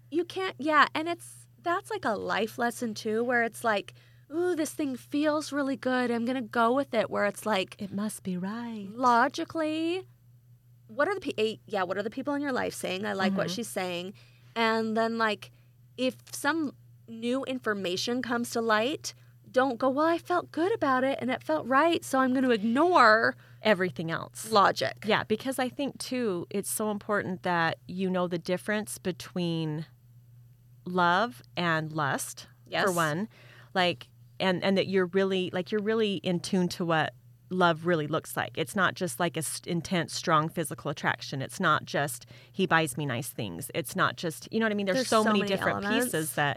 you can't yeah and it's that's like a life lesson too where it's like ooh this thing feels really good i'm gonna go with it where it's like It must be right. logically what are the pe- eh, yeah what are the people in your life saying i like what Mhm. she's saying and then like if some new information comes to light don't go well i felt good about it and it felt right so i'm going to ignore Everything else. logic Yeah, because I think too, it's so important that you know the difference between love and lust yes for one, like, and and that you're really like you're really in tune to what love really looks like. It's not just like a s- intense, strong physical attraction. It's not just he buys me nice things. It's not just you know what I mean. There's, There's so, so many, many different elements. pieces that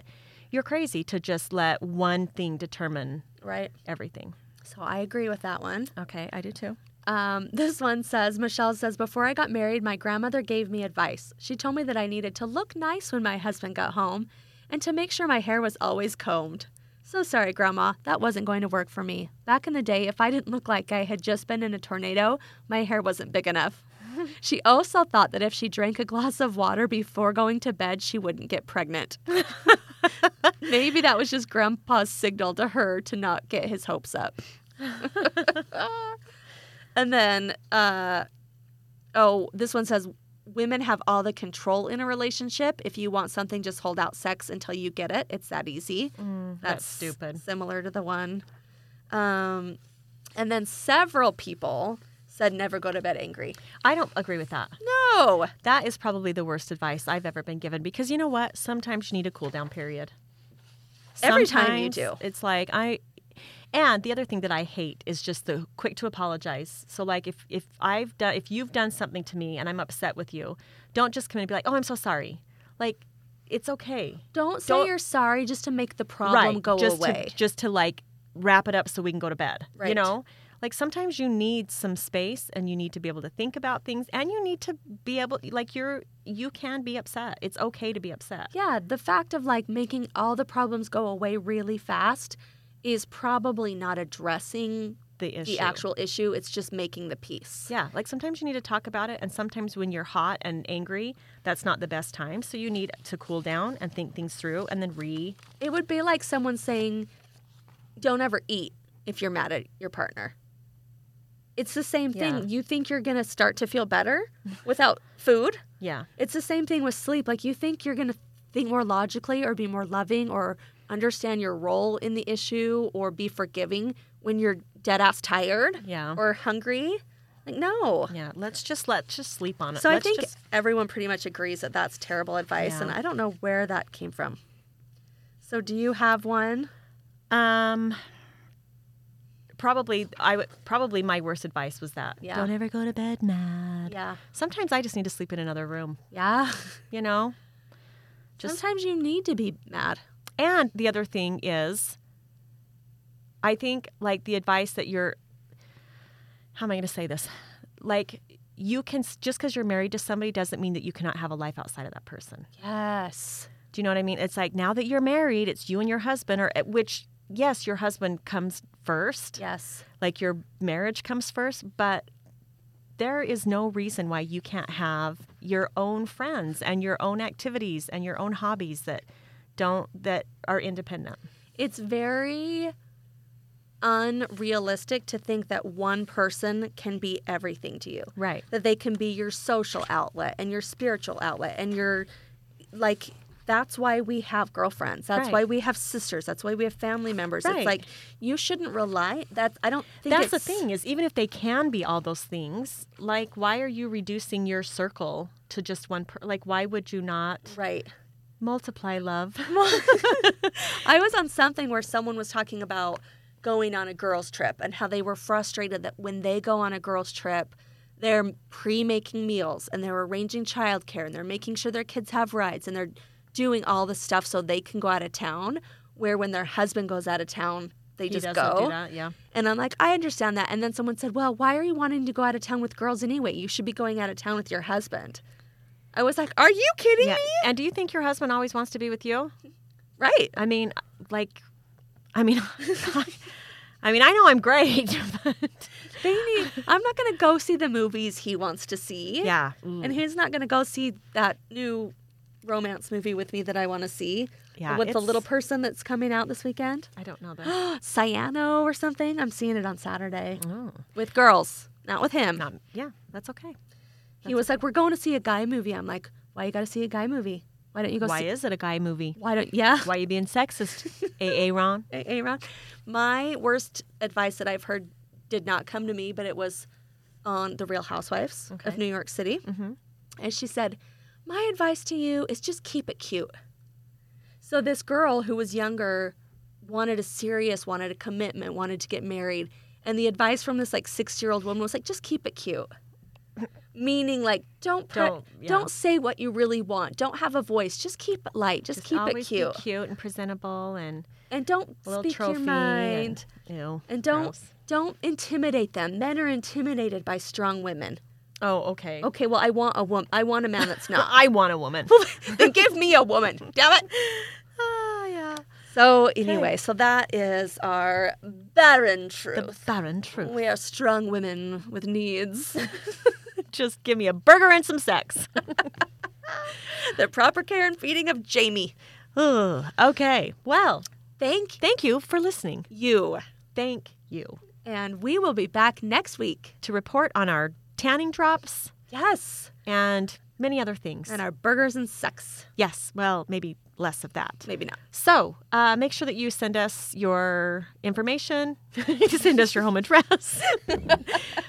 you're crazy to just let one thing determine right everything. so i agree with that one Okay, I do too. Um, this one says Michelle says, Before I got married, my grandmother gave me advice. She told me that I needed to look nice when my husband got home and to make sure my hair was always combed. So sorry, Grandma, that wasn't going to work for me. Back in the day, if I didn't look like I had just been in a tornado, my hair wasn't big enough. She also thought that if she drank a glass of water before going to bed, she wouldn't get pregnant. Maybe that was just Grandpa's signal to her to not get his hopes up. and then, uh, oh, this one says women have all the control in a relationship. If you want something, just hold out sex until you get it. It's that easy. Mm, that's stupid. Similar to the one. Um, and then several people said never go to bed angry. I don't agree with that. No. That is probably the worst advice I've ever been given because you know what? Sometimes you need a cool down period. Every time you Sometimes do. It's like I and the other thing that I hate is just the quick to apologize. So like if if I've done if you've done something to me and I'm upset with you, don't just come in and be like, "Oh, I'm so sorry." Like it's okay. Don't say Don't- you're sorry just to make the problem go just away. To, just to like wrap it up so we can go to bed. You Right. know? Like sometimes you need some space and you need to be able to think about things and you need to be able like you're you can be upset. It's okay to be upset. yeah, the fact of like making all the problems go away really fast is probably not addressing The issue. the actual issue. It's just making the peace. Yeah, like sometimes you need to talk about it and sometimes when you're hot and angry, that's not the best time. So you need to cool down and think things through and then re It would be like someone saying, "Don't ever eat if you're mad at your partner." It's the same thing. Yeah. You think you're going to start to feel better without food? yeah. It's the same thing with sleep. Like you think you're going to think more logically or be more loving or understand your role in the issue or be forgiving when you're dead ass tired Yeah. or hungry. Like no. yeah, let's just let's just sleep on it. So I Let's think just- everyone pretty much agrees that that's terrible advice Yeah. and I don't know where that came from. So do you have one? Um, probably I would probably my worst advice was that. Yeah. Don't ever go to bed mad. Yeah. Sometimes I just need to sleep in another room. Yeah. You know. Just Sometimes you need to be mad. and the other thing is, I think like the advice that you're. How am I going to say this? Like you can s- just because you're married to somebody doesn't mean that you cannot have a life outside of that person. Yes. Do you know what I mean? It's like now that you're married, it's you and your husband, or eh, which yes, your husband comes first. Yes. like your marriage comes first, but there is no reason why you can't have your own friends and your own activities and your own hobbies that don't that are independent. It's very unrealistic to think that one person can be everything to you. Right. That they can be your social outlet and your spiritual outlet and your like that's why we have girlfriends. That's Right. why we have sisters. That's why we have family members. Right. It's like you shouldn't rely. That's I don't think That's the it's- thing is even if they can be all those things, like why are you reducing your circle to just one per- like why would you not Right. multiply love? I was on something where someone was talking about going on a girls' trip and how they were frustrated that when they go on a girls' trip, they're pre making meals and they're arranging childcare and they're making sure their kids have rides and they're doing all the stuff so they can go out of town. Where when their husband goes out of town, they He just doesn't go. do that, yeah. And I'm like, I understand that. And then someone said, Well, why are you wanting to go out of town with girls anyway? You should be going out of town with your husband. I was like, Are you kidding Yeah. me? And do you think your husband always wants to be with you? Right. I mean, like, I mean, I mean, I know I'm great, but They need, I'm not going to go see the movies he wants to see. yeah, Mm. And he's not going to go see that new romance movie with me that I want to see. Yeah, With the it's- little person that's coming out this weekend. I don't know that. Cyano or something. I'm seeing it on Saturday Oh. with girls, not with him. Not, yeah, that's okay. he was like, We're going to see a guy movie. I'm like, Why you got to see a guy movie? Why don't you go Why see is it a guy movie? Why don't, yeah. Why you being sexist, AA Ron? A- Aaron. My worst advice that I've heard did not come to me, but it was on The Real Housewives Okay. Mm-hmm. of New York City. And she said, My advice to you is just keep it cute. So this girl who was younger wanted a serious, wanted a commitment, wanted to get married. And the advice from this like six year old woman was like, just keep it cute. Meaning like don't put, Don't- don't, yeah. say what you really want. Don't have a voice. Just keep it light. Just, Just keep it always be cute. cute and presentable, and And don't a little speak trophy. your mind. And, ew, And don't gross. don't intimidate them. Men are intimidated by strong women. Oh, okay. Okay, well I want a woman. I want a man that's not. I want a woman. then give me a woman. Damn it. oh yeah. So anyway, so that is our barren truth. barren truth. we are strong women with needs. Just give me a burger and some sex. the proper care and feeding of Jamie. Ugh, okay. Well, Thank thank you for listening. you. Thank you. And we will be back next week. To report on our tanning drops Yes. and many other things. And our burgers and sex. yes, well, maybe less of that. Maybe not. So uh, make sure that you send us your information, send us your home address.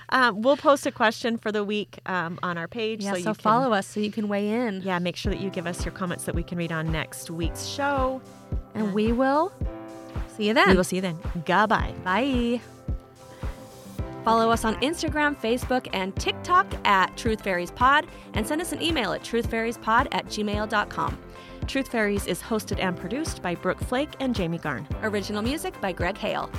um, we'll post a question for the week um, on our page. Yeah, so, you can- follow us so you can weigh in. Yeah, make sure that you give us your comments that we can read on next week's show. And we will see you then. We will see you then. Goodbye. Bye. Follow us on Instagram, Facebook, and TikTok at Truth Fairies Pod and send us an email at truthfairiespod at gmail.com. Truth Fairies is hosted and produced by Brooke Flake and Jamie Garn. Original music by Greg Hale.